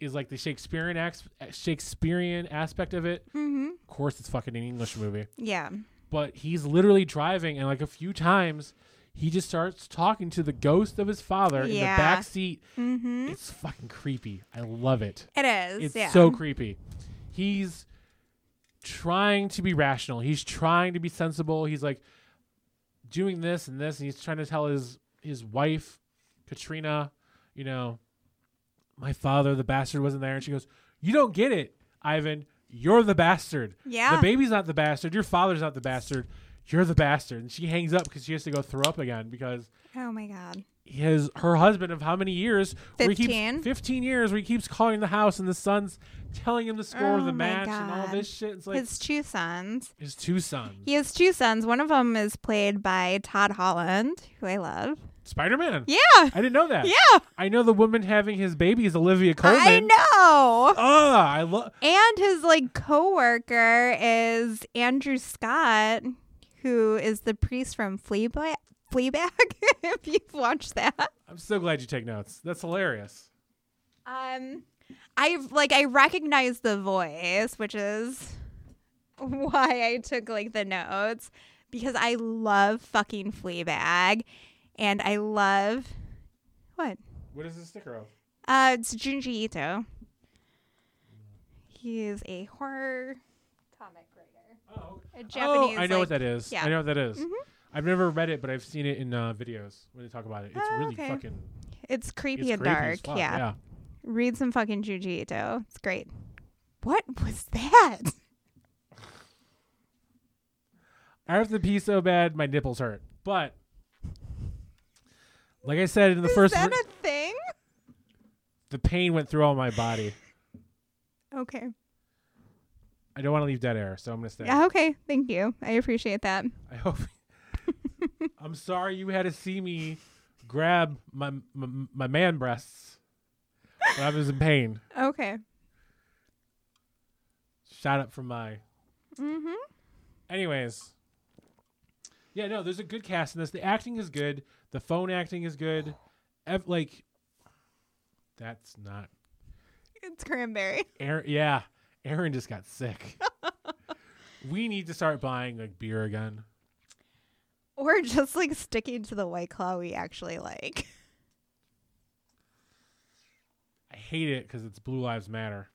Speaker 1: is like the Shakespearean ex, Shakespearean aspect of it.
Speaker 2: Mm-hmm.
Speaker 1: Of course, it's fucking an English movie
Speaker 2: Yeah.
Speaker 1: but he's literally driving and like a few times he just starts talking to the ghost of his father in the
Speaker 2: Yeah.
Speaker 1: back seat
Speaker 2: Mm-hmm.
Speaker 1: it's fucking creepy i love it
Speaker 2: It is.
Speaker 1: it's
Speaker 2: yeah.
Speaker 1: so creepy he's trying to be rational he's trying to be sensible he's like doing this and this and he's trying to tell his his wife katrina you know my father the bastard wasn't there and she goes you don't get it ivan you're the bastard
Speaker 2: Yeah.
Speaker 1: the baby's not the bastard. Your father's not the bastard. You're the bastard. And she hangs up because she has to go throw up again because
Speaker 2: oh my God.
Speaker 1: his her husband of how many years? where he keeps-
Speaker 2: 15.
Speaker 1: Fifteen years. Where he keeps calling the house and the son's telling him the score of
Speaker 2: Oh
Speaker 1: the
Speaker 2: my
Speaker 1: match and all
Speaker 2: God.
Speaker 1: this shit. It's like his,
Speaker 2: His two sons.
Speaker 1: two sons.
Speaker 2: He has two sons. One of them is played by Todd Holland, who I love.
Speaker 1: Spider Man.
Speaker 2: Yeah.
Speaker 1: I didn't know that.
Speaker 2: Yeah.
Speaker 1: I know the woman having his baby is Olivia Colman.
Speaker 2: I know.
Speaker 1: Oh, I love.
Speaker 2: And his like coworker is Andrew Scott, who is the priest from Fleabag. Fleabag, if you've watched that.
Speaker 1: I'm so glad you take notes. That's hilarious.
Speaker 2: Um, I like I recognize the voice, which is why I took like the notes because I love fucking Fleabag, and I love what?
Speaker 1: What is this sticker of?
Speaker 2: Uh, it's Junji Ito. He is a horror comic writer. A
Speaker 1: oh,
Speaker 2: Japanese.
Speaker 1: I know
Speaker 2: like-
Speaker 1: what that is.
Speaker 2: yeah.
Speaker 1: I know what that is.
Speaker 2: Mhm.
Speaker 1: I've never read it, but I've seen it in uh, videos when they talk about it. It's
Speaker 2: Oh,
Speaker 1: really
Speaker 2: okay.
Speaker 1: fucking
Speaker 2: It's creepy
Speaker 1: it's
Speaker 2: and
Speaker 1: creepy
Speaker 2: dark.
Speaker 1: as fuck,
Speaker 2: yeah.
Speaker 1: yeah.
Speaker 2: Read some fucking Juji Ito. It's great. What was that?
Speaker 1: I ripped the pee so bad my nipples hurt. But like I said in the
Speaker 2: Is
Speaker 1: first,
Speaker 2: that
Speaker 1: re-
Speaker 2: a thing?
Speaker 1: the pain went through all my body.
Speaker 2: Okay.
Speaker 1: I don't want to leave dead air, so I'm gonna stay.
Speaker 2: Yeah, okay. Thank you. I appreciate that.
Speaker 1: I hope. I'm sorry you had to see me grab my my, my man breasts when I was in pain.
Speaker 2: Okay.
Speaker 1: Shout out from my.
Speaker 2: Mm-hmm.
Speaker 1: Anyways. Yeah, no, there's a good cast in this. The acting is good. The phone acting is good. Ev- like, that's not
Speaker 2: It's cranberry.
Speaker 1: Aaron, yeah, Aaron just got sick. we need to start buying like beer again.
Speaker 2: Or just like sticking to the white claw we actually like.
Speaker 1: I hate it because it's Blue Lives Matter.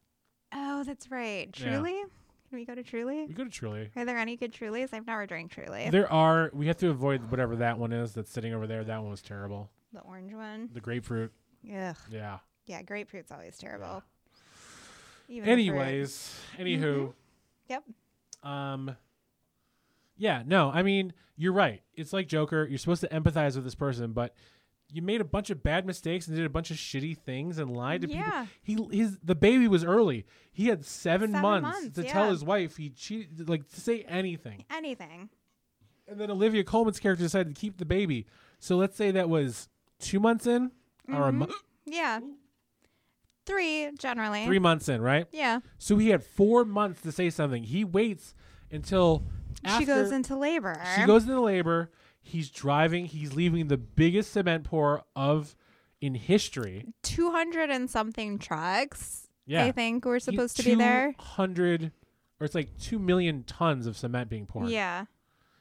Speaker 2: Oh, that's right.
Speaker 1: Yeah.
Speaker 2: Truly? Can we go to Truly?
Speaker 1: We go to Truly.
Speaker 2: Are there any good Trulies? I've never drank Truly.
Speaker 1: There are. We have to avoid whatever that one is that's sitting over there. That one was terrible.
Speaker 2: the orange one.
Speaker 1: The grapefruit.
Speaker 2: Ugh.
Speaker 1: Yeah.
Speaker 2: Yeah, grapefruit's always terrible. Even the fruit.
Speaker 1: Anyways, anywho.
Speaker 2: Mm-hmm. Yep.
Speaker 1: Um. Yeah. No. I mean, you're right. It's like Joker. You're supposed to empathize with this person, but you made a bunch of bad mistakes and did a bunch of shitty things and lied to people.
Speaker 2: Yeah.
Speaker 1: He his the baby was early. He had seven,
Speaker 2: Seven
Speaker 1: months,
Speaker 2: months,
Speaker 1: to tell
Speaker 2: yeah.
Speaker 1: his wife he cheated, like to say anything.
Speaker 2: Anything.
Speaker 1: And then Olivia Coleman's character decided to keep the baby. So let's say that was two months in, or a mo-
Speaker 2: Yeah. Three generally.
Speaker 1: three months in, right?
Speaker 2: Yeah.
Speaker 1: So he had four months to say something. He waits until after
Speaker 2: she goes into labor.
Speaker 1: she goes into labor. He's driving. He's leaving the biggest cement pour of in history.
Speaker 2: two hundred and something trucks.
Speaker 1: Yeah,
Speaker 2: I think we're supposed to be there.
Speaker 1: Hundred, or it's like two million tons of cement being poured.
Speaker 2: Yeah.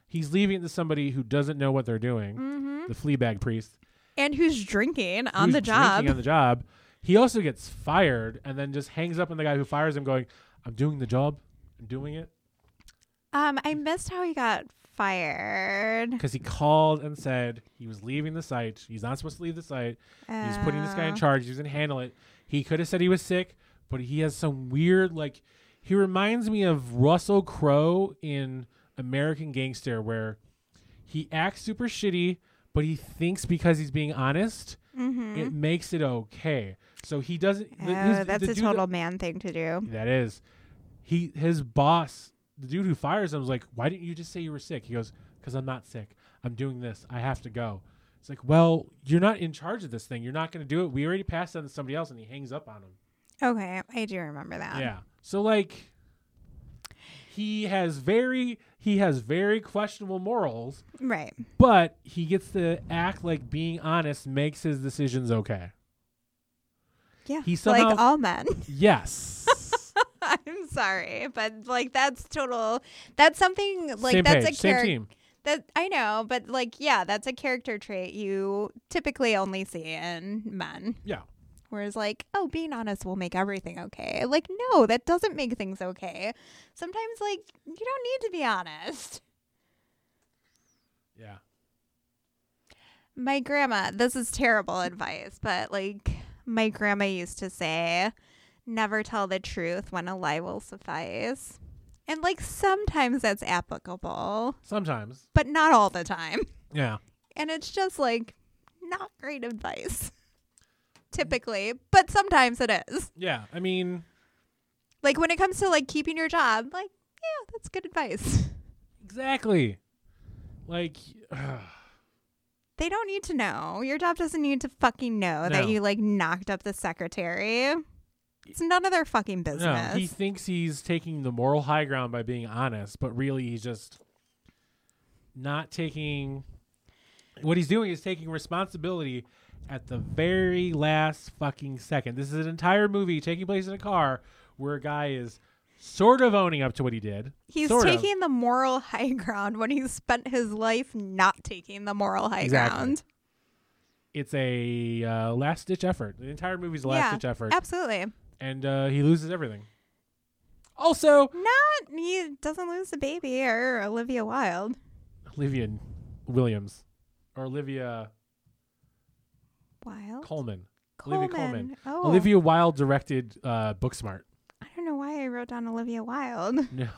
Speaker 1: he's leaving it to somebody who doesn't know what they're doing.
Speaker 2: Mm-hmm.
Speaker 1: The flea bag priest
Speaker 2: And who's drinking on
Speaker 1: who's
Speaker 2: the job?
Speaker 1: drinking on the job. He also gets fired and then just hangs up on the guy who fires him, going, "I'm doing the job. I'm doing it."
Speaker 2: um, I missed how he got fired.
Speaker 1: Because he called and said he was leaving the site. He's not supposed to leave the site. He's putting this guy in
Speaker 2: Uh,
Speaker 1: charge. He doesn't handle it. He could have said he was sick, but he has some weird like. He reminds me of Russell Crowe in American Gangster, where he acts super shitty, but he thinks because he's being honest,
Speaker 2: mhm.
Speaker 1: it makes it okay. So he doesn't. th- his-
Speaker 2: Oh, that's
Speaker 1: the
Speaker 2: a
Speaker 1: dude that-
Speaker 2: total man thing to do.
Speaker 1: that is, he his boss, the dude who fires him, was like, "Why didn't you just say you were sick?" He goes, "Cause I'm not sick. I'm doing this. I have to go." It's like, "Well, you're not in charge of this thing. You're not going to do it. We already passed it on to somebody else," and he hangs up on him.
Speaker 2: Okay, I do remember that.
Speaker 1: yeah. So like, he has very he has very questionable morals,
Speaker 2: Right.
Speaker 1: but he gets to act like being honest makes his decisions okay.
Speaker 2: Yeah.
Speaker 1: He
Speaker 2: like
Speaker 1: somehow-
Speaker 2: all men.
Speaker 1: Yes.
Speaker 2: I'm sorry, but like that's total. That's something like
Speaker 1: same
Speaker 2: that's
Speaker 1: page,
Speaker 2: a
Speaker 1: same
Speaker 2: character.
Speaker 1: team.
Speaker 2: That I know, but like, yeah, that's a character trait you typically only see in men.
Speaker 1: Yeah.
Speaker 2: Whereas, like, oh, being honest will make everything okay. Like, no, that doesn't make things okay. Sometimes, like, you don't need to be honest.
Speaker 1: Yeah.
Speaker 2: My grandma, this is terrible advice, but like, my grandma used to say, never tell the truth when a lie will suffice. And like, sometimes that's applicable,
Speaker 1: Sometimes.
Speaker 2: but not all the time.
Speaker 1: Yeah.
Speaker 2: And it's just like not great advice. Typically, but sometimes it is.
Speaker 1: Yeah, I mean,
Speaker 2: Like when it comes to like keeping your job, like yeah, that's good advice.
Speaker 1: exactly. Like,
Speaker 2: They don't need to know. Your job doesn't need to fucking know that
Speaker 1: No.
Speaker 2: you like knocked up the secretary. It's none of their fucking
Speaker 1: no,
Speaker 2: business.
Speaker 1: he thinks he's taking the moral high ground by being honest, but really he's just not taking. What he's doing is taking responsibility at the very last fucking second. This is an entire movie taking place in a car where a guy is sort of owning up to what he did.
Speaker 2: He's
Speaker 1: sort of.
Speaker 2: taking the moral high ground when he's spent his life not taking the moral high
Speaker 1: Exactly.
Speaker 2: ground.
Speaker 1: It's a uh, last ditch effort. The entire movie's a last ditch effort,
Speaker 2: Absolutely.
Speaker 1: and uh, he loses everything. Also,
Speaker 2: Not he doesn't lose the baby or Olivia Wilde.
Speaker 1: Olivia Williams or Olivia
Speaker 2: Wilde.
Speaker 1: Coleman. Olivia Colman.
Speaker 2: Oh,
Speaker 1: Olivia Wilde directed uh, Booksmart.
Speaker 2: I don't know why I wrote down Olivia Wilde.
Speaker 1: No.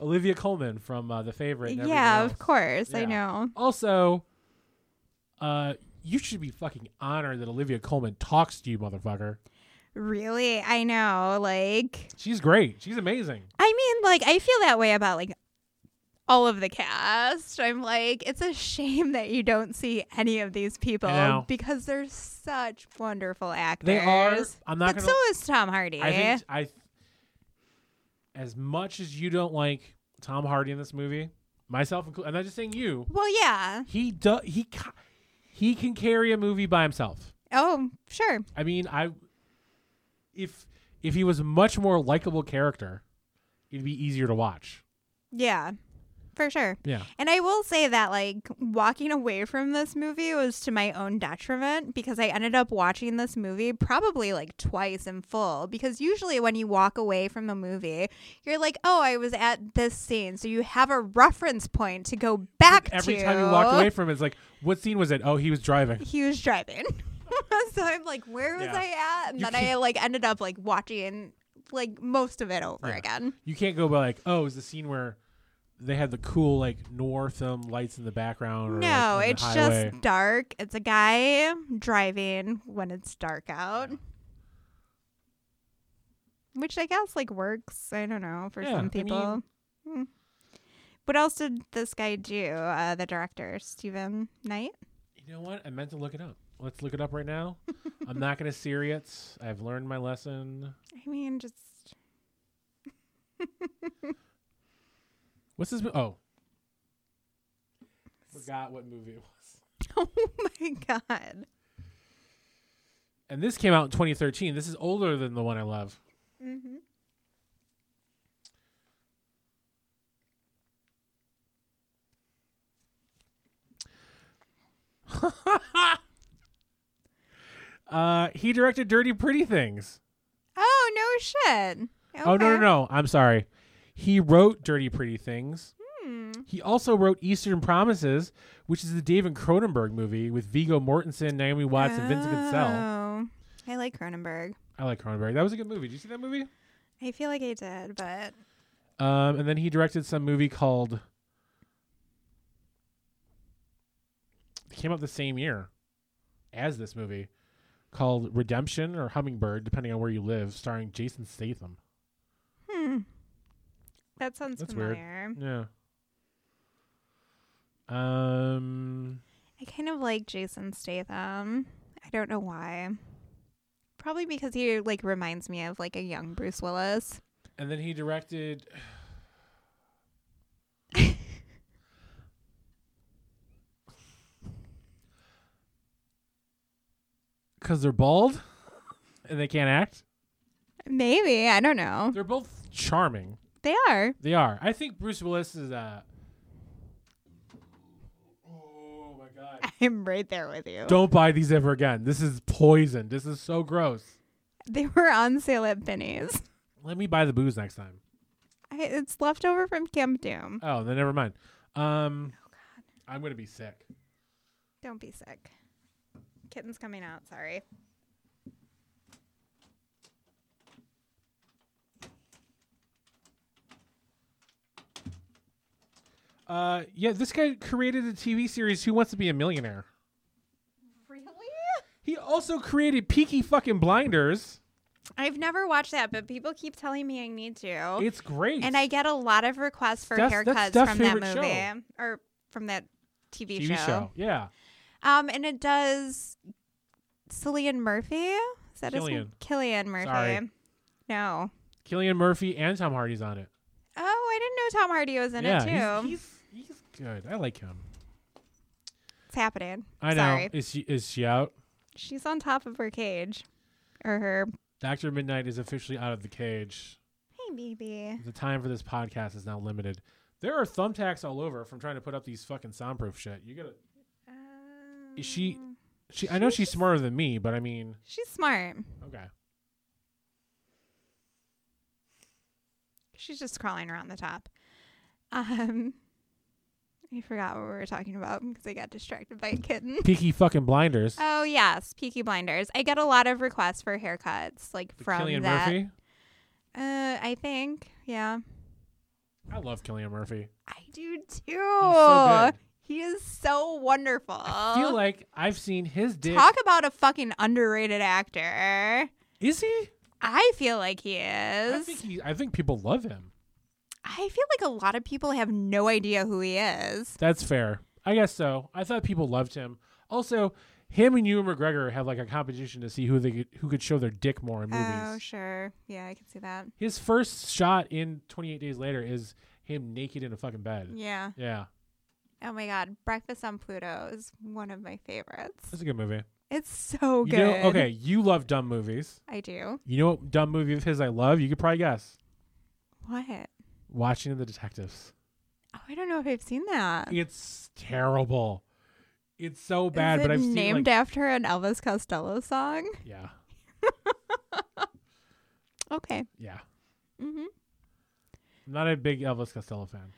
Speaker 1: Olivia Coleman from uh, The Favorite. and everything
Speaker 2: yeah, of
Speaker 1: else.
Speaker 2: course. I
Speaker 1: Yeah.
Speaker 2: know.
Speaker 1: Also, uh, you should be fucking honored that Olivia Coleman talks to you, motherfucker.
Speaker 2: Really, I know. Like,
Speaker 1: She's great. She's amazing.
Speaker 2: I mean, like, I feel that way about like all of the cast. I'm like, it's a shame that you don't see any of these people
Speaker 1: know.
Speaker 2: because they're such wonderful actors.
Speaker 1: They are. I'm not
Speaker 2: but
Speaker 1: gonna.
Speaker 2: so is Tom Hardy.
Speaker 1: I think I. As much as you don't like Tom Hardy in this movie, myself included, I'm not just saying you.
Speaker 2: well, yeah.
Speaker 1: He does. He ca- he can carry a movie by himself.
Speaker 2: Oh, sure.
Speaker 1: I mean, I if if he was a much more likable character, it'd be easier to watch.
Speaker 2: Yeah, for sure.
Speaker 1: Yeah.
Speaker 2: And I will say that, like, walking away from this movie was to my own detriment because I ended up watching this movie probably like twice in full. Because usually, when you walk away from a movie, you're like, oh, I was at this scene. So you have a reference point to go back
Speaker 1: Every
Speaker 2: to.
Speaker 1: time you walk away from it, it's like, what scene was it? Oh, he was driving.
Speaker 2: He was driving. so I'm like, where was
Speaker 1: Yeah.
Speaker 2: I at? And
Speaker 1: You
Speaker 2: then I,
Speaker 1: can't-
Speaker 2: like, ended up, like, watching, like, most of it over
Speaker 1: Yeah.
Speaker 2: again.
Speaker 1: You can't go by like, oh, it was the scene where they had the cool like Northam lights in the background. Or, like,
Speaker 2: No,
Speaker 1: on the
Speaker 2: it's
Speaker 1: highway.
Speaker 2: just dark. It's a guy driving when it's dark out. Which I guess like works, I don't know, for
Speaker 1: Yeah, I
Speaker 2: some
Speaker 1: mean-
Speaker 2: people. Hmm. What else did this guy do? Uh, the director, Stephen Knight?
Speaker 1: You know what? I meant to look it up. Let's look it up right now. I'm not gonna see it. I've learned my lesson.
Speaker 2: I mean, just
Speaker 1: What's this? mo- Oh, forgot what movie it was.
Speaker 2: oh my god.
Speaker 1: And this came out in 2013. This is older than the one I love.
Speaker 2: hmm
Speaker 1: Uh, he directed Dirty Pretty Things.
Speaker 2: Oh no shit.
Speaker 1: Oh no no
Speaker 2: Okay.
Speaker 1: no! I'm sorry. He wrote Dirty Pretty Things.
Speaker 2: Hmm.
Speaker 1: He also wrote Eastern Promises, which is the David Cronenberg movie with Vigo Mortensen, Naomi Watts, and Vincent Cassell.
Speaker 2: Oh. I like Cronenberg.
Speaker 1: I like Cronenberg. That was a good movie. Did you see that movie?
Speaker 2: I feel like I did, but
Speaker 1: Um, and then he directed some movie called. It came out the same year as this movie, called Redemption or Hummingbird, depending on where you live, starring Jason Statham.
Speaker 2: hmm. That sounds
Speaker 1: That's weird.
Speaker 2: familiar.
Speaker 1: Yeah. Um.
Speaker 2: I kind of like Jason Statham. I don't know why. Probably because he like reminds me of like a young Bruce Willis.
Speaker 1: And then he directed. Because they're bald and they can't act.
Speaker 2: Maybe, I don't know.
Speaker 1: They're both charming.
Speaker 2: They are.
Speaker 1: They are. I think Bruce Willis is uh Oh my god.
Speaker 2: I'm right there with you.
Speaker 1: Don't buy these ever again. This is poison. This is so gross.
Speaker 2: They were on sale at Benny's.
Speaker 1: Let me buy the booze next time.
Speaker 2: I, it's left over from Camp Doom.
Speaker 1: Oh, then never mind. Um I'm gonna be sick.
Speaker 2: Don't be sick. Kitten's coming out, sorry.
Speaker 1: Uh yeah, this guy created a TV series Who Wants to Be a Millionaire.
Speaker 2: Really?
Speaker 1: He also created Peaky fucking blinders.
Speaker 2: I've never watched that, but people keep telling me I need to.
Speaker 1: It's great.
Speaker 2: And I get a lot of requests for
Speaker 1: That's- that's
Speaker 2: haircuts
Speaker 1: Steph's
Speaker 2: from that
Speaker 1: favorite show.
Speaker 2: movie or from that TV,
Speaker 1: TV show. Yeah.
Speaker 2: Um, and it does Cillian Murphy. Is that his name?
Speaker 1: Cillian.
Speaker 2: Killian Murphy.
Speaker 1: Sorry.
Speaker 2: No.
Speaker 1: Killian Murphy and Tom Hardy's on it.
Speaker 2: Oh, I didn't know Tom Hardy was in it
Speaker 1: yeah,
Speaker 2: too.
Speaker 1: he's, he's he's good. I like him.
Speaker 2: it's happening.
Speaker 1: I know.
Speaker 2: Sorry.
Speaker 1: Is she is she out?
Speaker 2: She's on top of her cage. Or her
Speaker 1: Doctor Midnight is officially out of the cage.
Speaker 2: hey baby.
Speaker 1: The time for this podcast is now limited. There are thumbtacks all over from trying to put up these fucking soundproof shit. You gotta. Is she-
Speaker 2: Um,
Speaker 1: She, I know she's smarter than me, but I mean,
Speaker 2: She's smart.
Speaker 1: okay.
Speaker 2: She's just crawling around the top. Um, I forgot what we were talking about because I got distracted by a kitten.
Speaker 1: Peaky fucking blinders.
Speaker 2: Oh yes, Peaky Blinders. I get a lot of requests for haircuts, like
Speaker 1: With
Speaker 2: from
Speaker 1: Cillian
Speaker 2: that.
Speaker 1: Murphy.
Speaker 2: Uh, I think, yeah,
Speaker 1: I love Killian Murphy.
Speaker 2: I do too.
Speaker 1: so good.
Speaker 2: He is so wonderful.
Speaker 1: I feel like I've seen his dick.
Speaker 2: Uh, Talk about a fucking underrated actor.
Speaker 1: is he?
Speaker 2: I feel like he
Speaker 1: I
Speaker 2: is.
Speaker 1: think he. I think people love him.
Speaker 2: I feel like a lot of people have no idea who he is.
Speaker 1: That's fair. I guess so. I thought people loved him. Also, him and Ewan McGregor have like a competition to see who they could, who could show their dick more in movies.
Speaker 2: Oh, sure. Yeah, I can see that.
Speaker 1: His first shot in 28 Days Later is him naked in a fucking bed.
Speaker 2: Yeah.
Speaker 1: Yeah,
Speaker 2: Oh my God. Breakfast on Pluto is one of my favorites.
Speaker 1: that's a good movie.
Speaker 2: It's so good.
Speaker 1: You know, okay, you love dumb movies.
Speaker 2: I do.
Speaker 1: You know what dumb movie of his I love? You could probably guess.
Speaker 2: What?
Speaker 1: Watching the Detectives.
Speaker 2: Oh, I don't know if I've seen that. Is
Speaker 1: It's terrible. It's so bad,
Speaker 2: it
Speaker 1: but I've seen
Speaker 2: named
Speaker 1: like,
Speaker 2: after an Elvis Costello song.
Speaker 1: yeah,
Speaker 2: Okay.
Speaker 1: yeah.
Speaker 2: Mm-hmm.
Speaker 1: I'm not a big Elvis Costello fan.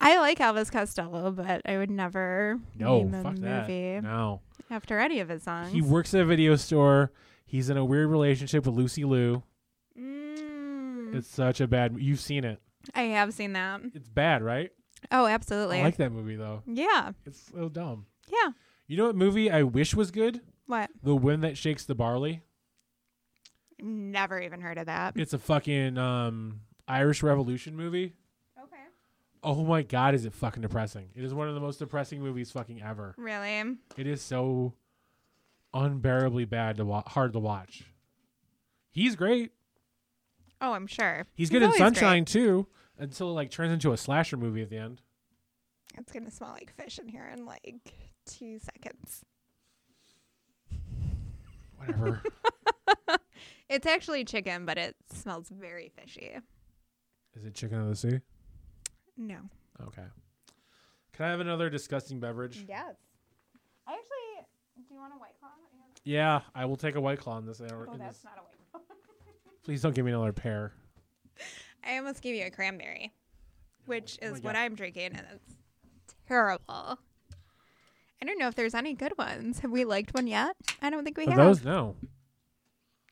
Speaker 2: I like Elvis Costello, but I would never
Speaker 1: No,
Speaker 2: name a
Speaker 1: fuck that.
Speaker 2: movie
Speaker 1: No.
Speaker 2: after any of his songs.
Speaker 1: He works at a video store. He's in a weird relationship with Lucy Liu.
Speaker 2: Mm.
Speaker 1: It's such a bad. You've seen it.
Speaker 2: I have seen that.
Speaker 1: It's bad, right?
Speaker 2: Oh, absolutely.
Speaker 1: I like that movie though.
Speaker 2: yeah.
Speaker 1: It's so dumb.
Speaker 2: Yeah.
Speaker 1: You know what movie I wish was good?
Speaker 2: What?
Speaker 1: The Wind That Shakes the Barley.
Speaker 2: Never even heard of that.
Speaker 1: It's a fucking um, Irish Revolution movie.
Speaker 2: Okay.
Speaker 1: Oh my god, is it fucking depressing? It is one of the most depressing movies fucking ever.
Speaker 2: Really?
Speaker 1: It is so unbearably bad to wa- hard to watch. He's great.
Speaker 2: Oh, I'm sure.
Speaker 1: He's good in
Speaker 2: always
Speaker 1: Sunshine too, until it like turns into a slasher movie at the end.
Speaker 2: great. It's gonna smell like fish in here in like two seconds.
Speaker 1: Whatever.
Speaker 2: It's actually chicken, but it smells very fishy.
Speaker 1: Is it chicken of the sea?
Speaker 2: No.
Speaker 1: Okay. Can I have another disgusting beverage?
Speaker 2: Yes. I actually. Do you want a white claw? Yeah.
Speaker 1: Yeah, I will take a white claw in this. hour-
Speaker 2: Oh,
Speaker 1: in
Speaker 2: that's
Speaker 1: this.
Speaker 2: not a white claw.
Speaker 1: Please don't give me another pear.
Speaker 2: I almost gave you a cranberry, which
Speaker 1: Oh my
Speaker 2: is what
Speaker 1: God.
Speaker 2: I'm drinking, and it's terrible. I don't know if there's any good ones. Have we liked one yet? I don't think we
Speaker 1: Are
Speaker 2: have.
Speaker 1: those no,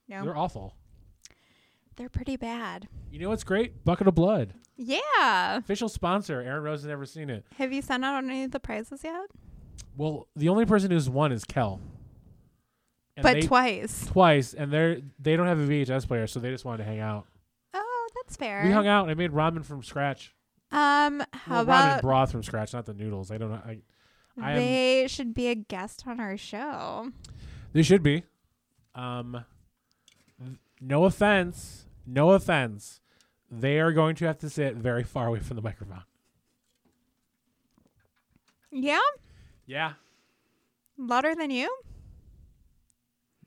Speaker 2: no,
Speaker 1: they're awful.
Speaker 2: they're pretty bad.
Speaker 1: You know what's great? Bucket of Blood,
Speaker 2: Yeah.
Speaker 1: official sponsor. Aaron Rose has never seen it.
Speaker 2: Have you sent out any of the prizes yet?
Speaker 1: Well, the only person who's won is Kel. And
Speaker 2: but
Speaker 1: they-
Speaker 2: twice.
Speaker 1: twice, and they're they don't have a VHS player, so they just wanted to hang out.
Speaker 2: Oh, that's fair.
Speaker 1: We hung out and I made ramen from scratch.
Speaker 2: um, how
Speaker 1: well, ramen
Speaker 2: about
Speaker 1: broth from scratch, not the noodles. I don't know. I, I am-
Speaker 2: they should be a guest on our show?
Speaker 1: They should be. Um, th- no offense, no offense. They are going to have to sit very far away from the microphone.
Speaker 2: Yeah,
Speaker 1: Yeah,
Speaker 2: louder than you.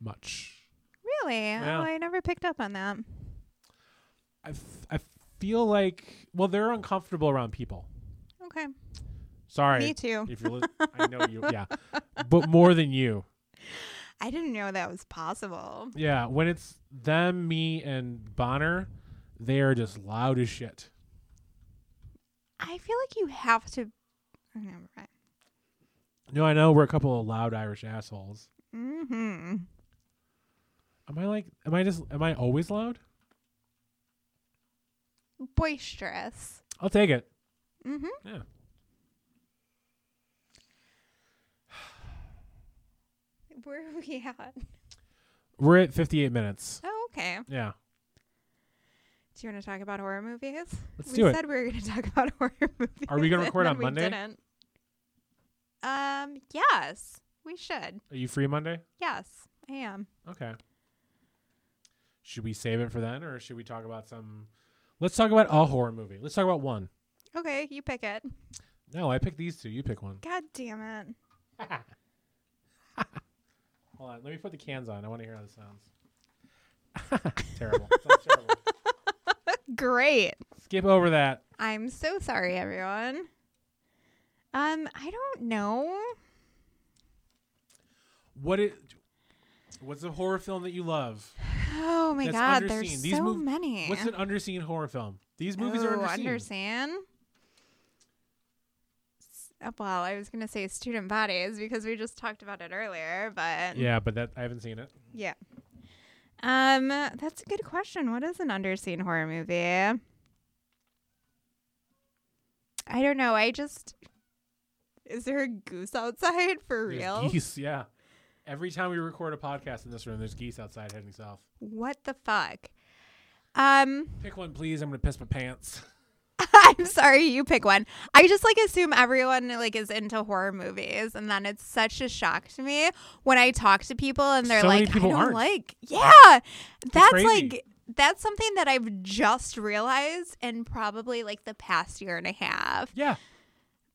Speaker 1: much.
Speaker 2: Really?
Speaker 1: Yeah.
Speaker 2: Oh, I never picked up on that.
Speaker 1: I, f- I feel like well, they're uncomfortable around people.
Speaker 2: Okay,
Speaker 1: Sorry,
Speaker 2: me too.
Speaker 1: if you're, li- I know you. Yeah, but more than you.
Speaker 2: I didn't know that was possible.
Speaker 1: Yeah, when it's them, me, and Bonner, they are just loud as shit.
Speaker 2: I feel like you have to. oh, Never mind.
Speaker 1: No, I know we're a couple of loud Irish assholes.
Speaker 2: Mm-hmm.
Speaker 1: Am I like? Am I just? Am I always loud?
Speaker 2: Boisterous.
Speaker 1: I'll take it.
Speaker 2: Mm-hmm.
Speaker 1: Yeah.
Speaker 2: Where are we at?
Speaker 1: We're at 58 minutes.
Speaker 2: Oh, okay.
Speaker 1: Yeah.
Speaker 2: Do you want to talk about horror movies?
Speaker 1: Let's
Speaker 2: we
Speaker 1: do it.
Speaker 2: said we were going to talk about horror movies.
Speaker 1: Are we gonna
Speaker 2: and
Speaker 1: record on
Speaker 2: then we
Speaker 1: Monday?
Speaker 2: didn't. Um. Yes, we should.
Speaker 1: Are you free Monday?
Speaker 2: Yes, I am.
Speaker 1: Okay. Should we save it for then or should we talk about some Let's talk about a horror movie. Let's talk about one.
Speaker 2: Okay, you pick it.
Speaker 1: No, I picked these two. You pick one.
Speaker 2: God damn it!
Speaker 1: Hold on. Let me put the cans on. I want to hear how this sounds. terrible. Sounds terrible.
Speaker 2: Great.
Speaker 1: Skip over that.
Speaker 2: I'm so sorry, everyone. Um, I don't know.
Speaker 1: What it What's a horror film that you love?
Speaker 2: Oh my
Speaker 1: That's
Speaker 2: god,
Speaker 1: underseen.
Speaker 2: there's
Speaker 1: These
Speaker 2: so
Speaker 1: mov-
Speaker 2: many.
Speaker 1: What's an underseen horror film? These movies are
Speaker 2: Oh,
Speaker 1: underseen.
Speaker 2: understand? S- uh, Well, I was gonna say student bodies because we just talked about it earlier, but
Speaker 1: Yeah, but that I haven't seen it.
Speaker 2: yeah. Um, that's a good question. What is an underseen horror movie? I don't know. I just is there a goose outside for
Speaker 1: There's
Speaker 2: real?
Speaker 1: Geese, yeah. Every time we record a podcast in this room, there's geese outside heading south.
Speaker 2: What the fuck? Um,
Speaker 1: Pick one, please. I'm gonna piss my pants.
Speaker 2: I'm sorry, you pick one. I just like assume everyone like is into horror movies, and then it's such a shock to me when I talk to people and they're
Speaker 1: So many
Speaker 2: like, "I
Speaker 1: people
Speaker 2: don't
Speaker 1: aren't.
Speaker 2: like." Yeah, that's
Speaker 1: crazy.
Speaker 2: like that's something that I've just realized in probably like the past year and a half
Speaker 1: Yeah,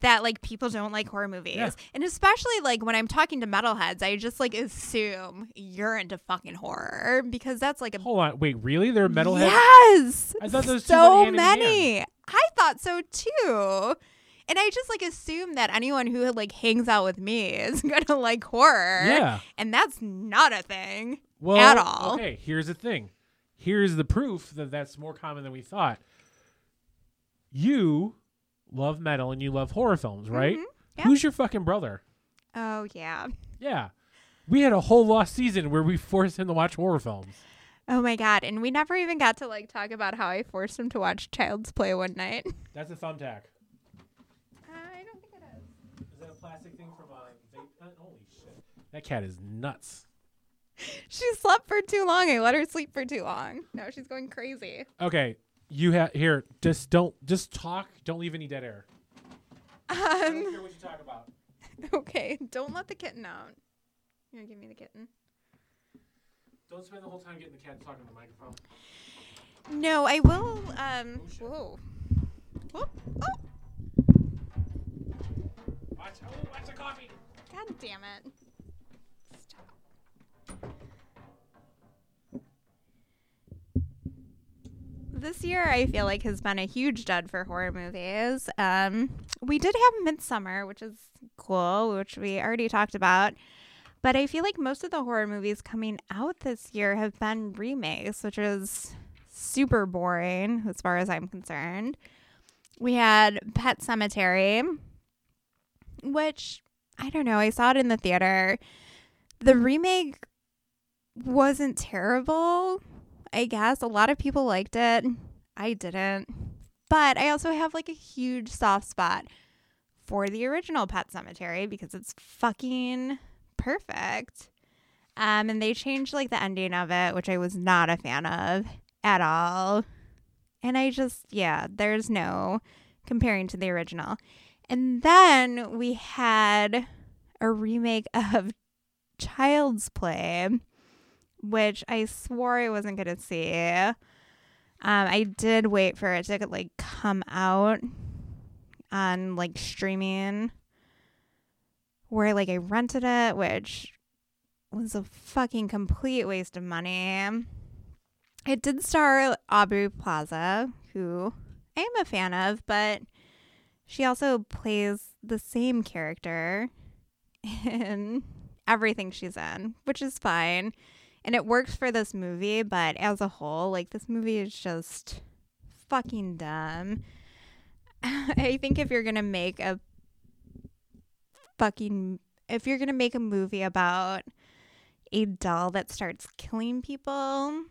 Speaker 2: that like people don't like horror movies,
Speaker 1: Yeah.
Speaker 2: and especially like when I'm talking to metalheads, I just like assume you're into fucking horror because that's like a
Speaker 1: hold on. Wait, really? They're metalhead.
Speaker 2: Yes.
Speaker 1: I thought those two
Speaker 2: so
Speaker 1: went hand in
Speaker 2: many. I thought so too. And I just like assume that anyone who like hangs out with me is gonna like horror.
Speaker 1: Yeah.
Speaker 2: And that's not a thing.
Speaker 1: Well,
Speaker 2: at all.
Speaker 1: Okay, here's the thing. Here's the proof that that's more common than we thought. You love metal and you love horror films, right?
Speaker 2: Mm-hmm. yeah.
Speaker 1: Who's your fucking brother?
Speaker 2: Oh yeah.
Speaker 1: Yeah. We had a whole lost season where we forced him to watch horror films.
Speaker 2: Oh my god. And we never even got to like talk about how I forced him to watch Child's Play one night.
Speaker 1: That's a thumbtack.
Speaker 2: Uh, I don't think it is.
Speaker 1: Is that a plastic thing from a vape pen? Holy shit. That cat is nuts.
Speaker 2: She slept for too long. I let her sleep for too long. Now she's going crazy.
Speaker 1: Okay, you have here. Just don't. Just talk. Don't leave any dead air. I don't
Speaker 2: Um
Speaker 1: care what you talk about.
Speaker 2: okay. Don't let the kitten out. You're gonna give me the kitten.
Speaker 1: Don't spend the whole time getting the cat talking to the microphone.
Speaker 2: No, I will. Um, whoa. Whoop. Oh,
Speaker 1: Watch. Oh, watch the coffee.
Speaker 2: god damn it. Stop. This year, I feel like has been a huge dud for horror movies. Um, we did have Midsummer, which is cool, which we already talked about. But I feel like most of the horror movies coming out this year have been remakes, which is super boring as far as I'm concerned. We had Pet Cemetery, which I don't know, I saw it in the theater. The remake wasn't terrible, I guess. A lot of people liked it. I didn't. But I also have like a huge soft spot for the original Pet Cemetery because it's fucking perfect. Um, and they changed like the ending of it, which I was not a fan of at all. And I just, yeah, there's no comparing to the original. And then we had a remake of Child's Play, which I swore I wasn't going to see. Um, I did wait for it to like come out on like streaming where like I rented it, which was a fucking complete waste of money. It did star Aubrey Plaza, who I am a fan of, but she also plays the same character in everything she's in, which is fine. And it works for this movie, but as a whole, like this movie is just fucking dumb. I think if you're going to make a fucking if you're gonna make a movie about a doll that starts killing people,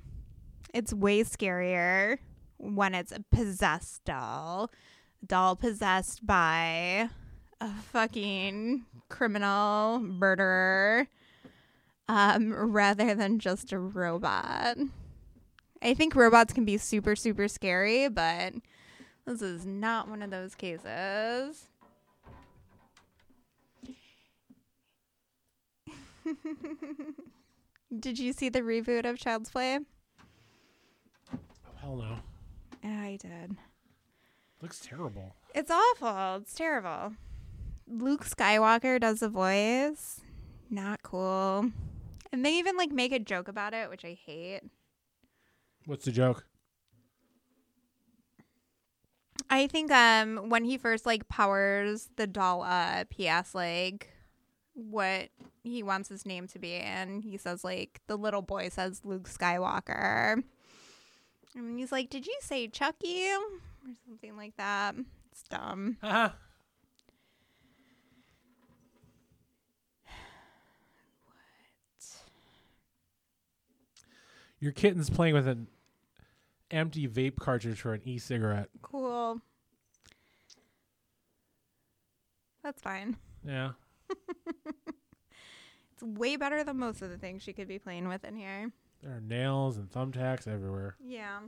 Speaker 2: it's way scarier when it's a possessed doll. Doll possessed by a fucking criminal murderer. Um, rather than just a robot. I think robots can be super, super scary, but this is not one of those cases. Did you see the reboot of Child's Play?
Speaker 1: Oh hell no.
Speaker 2: I did.
Speaker 1: Looks terrible.
Speaker 2: It's awful. It's terrible. Luke Skywalker does the voice. Not cool. And they even like make a joke about it, which I hate.
Speaker 1: What's the joke?
Speaker 2: I think um when he first like powers the doll up, he asks like what he wants his name to be and he says like the little boy says Luke Skywalker. And he's like, "Did you say Chucky?" or something like that. It's dumb.
Speaker 1: Uh-huh. Your kitten's playing with an empty vape cartridge for an e-cigarette.
Speaker 2: Cool. That's fine.
Speaker 1: Yeah.
Speaker 2: It's way better than most of the things she could be playing with in here.
Speaker 1: There are nails and thumbtacks everywhere.
Speaker 2: Yeah.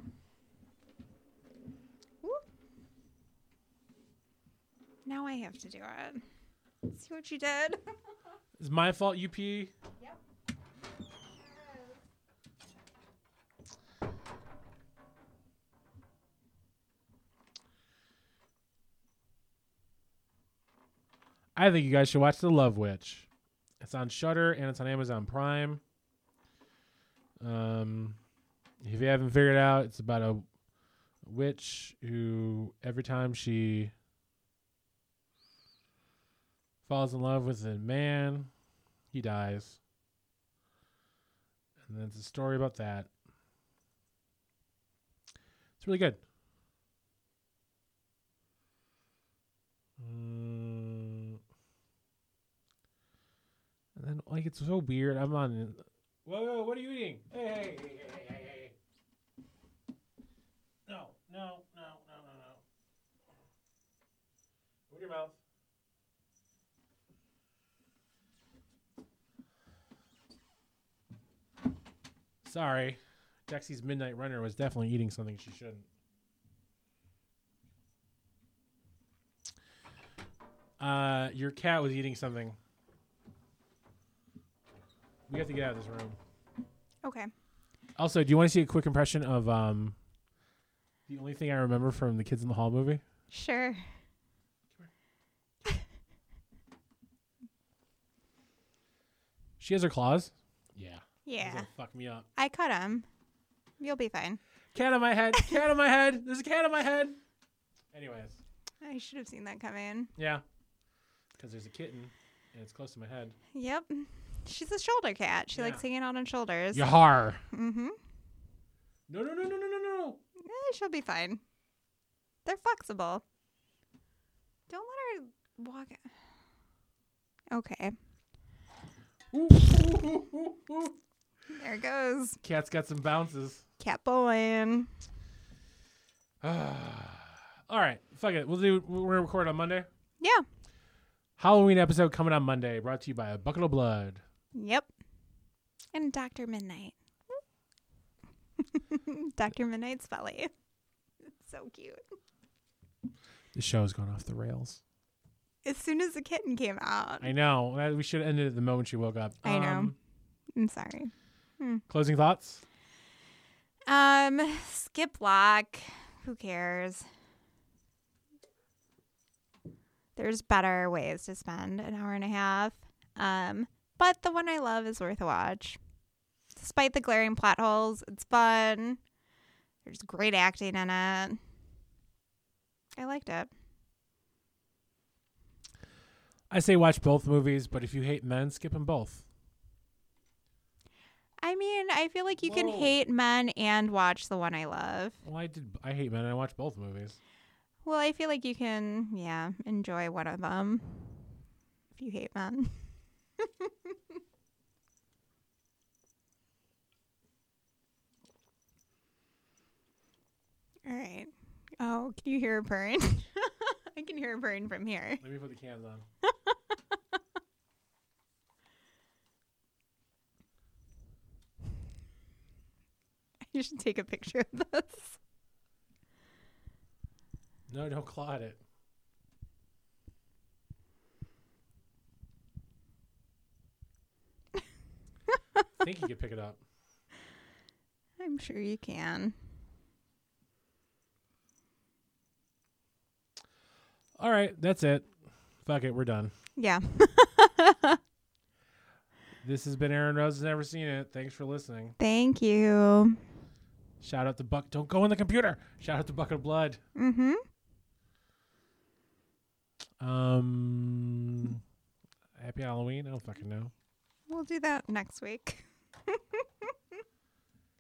Speaker 2: Now I have to do it. See what you did?
Speaker 1: It's my fault, UP. I think you guys should watch The Love Witch. It's on Shutter and it's on Amazon Prime. Um, if you haven't figured it out, it's about a witch who every time she falls in love with a man, he dies. And then it's a story about that. It's really good. Mm. And then like it's so weird. I'm on. Whoa, whoa! What are you eating? Hey, hey, hey, hey, hey, hey, hey! No, no, no, no, no, no! Open your mouth. Sorry, Dexy's midnight runner was definitely eating something she shouldn't. Uh, your cat was eating something. We have to get out of this room.
Speaker 2: Okay.
Speaker 1: Also, do you want to see a quick impression of um the only thing I remember from the Kids in the Hall movie?
Speaker 2: Sure.
Speaker 1: She has her claws. Yeah. That's
Speaker 2: Yeah.
Speaker 1: gonna Fuck me up.
Speaker 2: I cut him. You'll be fine.
Speaker 1: Cat on my head. Cat on my head. There's a cat on my head. Anyways,
Speaker 2: I should have seen that coming.
Speaker 1: yeah. Because there's a kitten and it's close to my head.
Speaker 2: Yep. She's a shoulder cat. She likes
Speaker 1: Yeah.
Speaker 2: hanging out on shoulders.
Speaker 1: Yahar.
Speaker 2: Mm-hmm.
Speaker 1: No, no, no, no, no, no, no.
Speaker 2: Eh, she'll be fine. They're flexible. Don't let her walk. Okay.
Speaker 1: Ooh, ooh, ooh, ooh, ooh.
Speaker 2: There it goes.
Speaker 1: Cat's got some bounces.
Speaker 2: Cat bowling.
Speaker 1: All right, fuck it. We'll do. We're gonna record on Monday.
Speaker 2: Yeah.
Speaker 1: Halloween episode coming on Monday. Brought to you by a bucket of blood.
Speaker 2: Yep. And Dr. Midnight. Dr. Midnight's belly. It's so cute.
Speaker 1: The show's gone off the rails.
Speaker 2: As soon as the kitten came out.
Speaker 1: I know. Uh, We should have ended it the moment she woke up. Um,
Speaker 2: I know. I'm sorry.
Speaker 1: Closing thoughts.
Speaker 2: Um, skip lock. Who cares? There's better ways to spend an hour and a half. Um, but the one I love is worth a watch. Despite the glaring plot holes, it's fun. There's great acting in it. I liked it.
Speaker 1: I say watch both movies, but if you hate men, skip them both.
Speaker 2: I mean, I feel like you can
Speaker 1: Whoa.
Speaker 2: hate men and watch the one I love.
Speaker 1: Well, I did. I hate men, and I watched both movies.
Speaker 2: Well, I feel like you can, yeah, enjoy one of them if you hate men. All right. Oh, can you hear her purring? I can hear her purring from here.
Speaker 1: Let me put the cans on.
Speaker 2: You should take a picture of this.
Speaker 1: No, don't claw at it. I think you could pick it up.
Speaker 2: I'm sure you can.
Speaker 1: All right, that's it. Fuck it, we're done.
Speaker 2: Yeah.
Speaker 1: This has been Aaron Rose has never seen it. Thanks for listening.
Speaker 2: Thank you.
Speaker 1: Shout out to Buck. Don't go in the computer. Shout out to Bucket of Blood.
Speaker 2: Mm-hmm.
Speaker 1: Um, happy Happy Halloween. I don't fucking know.
Speaker 2: We'll do that next week.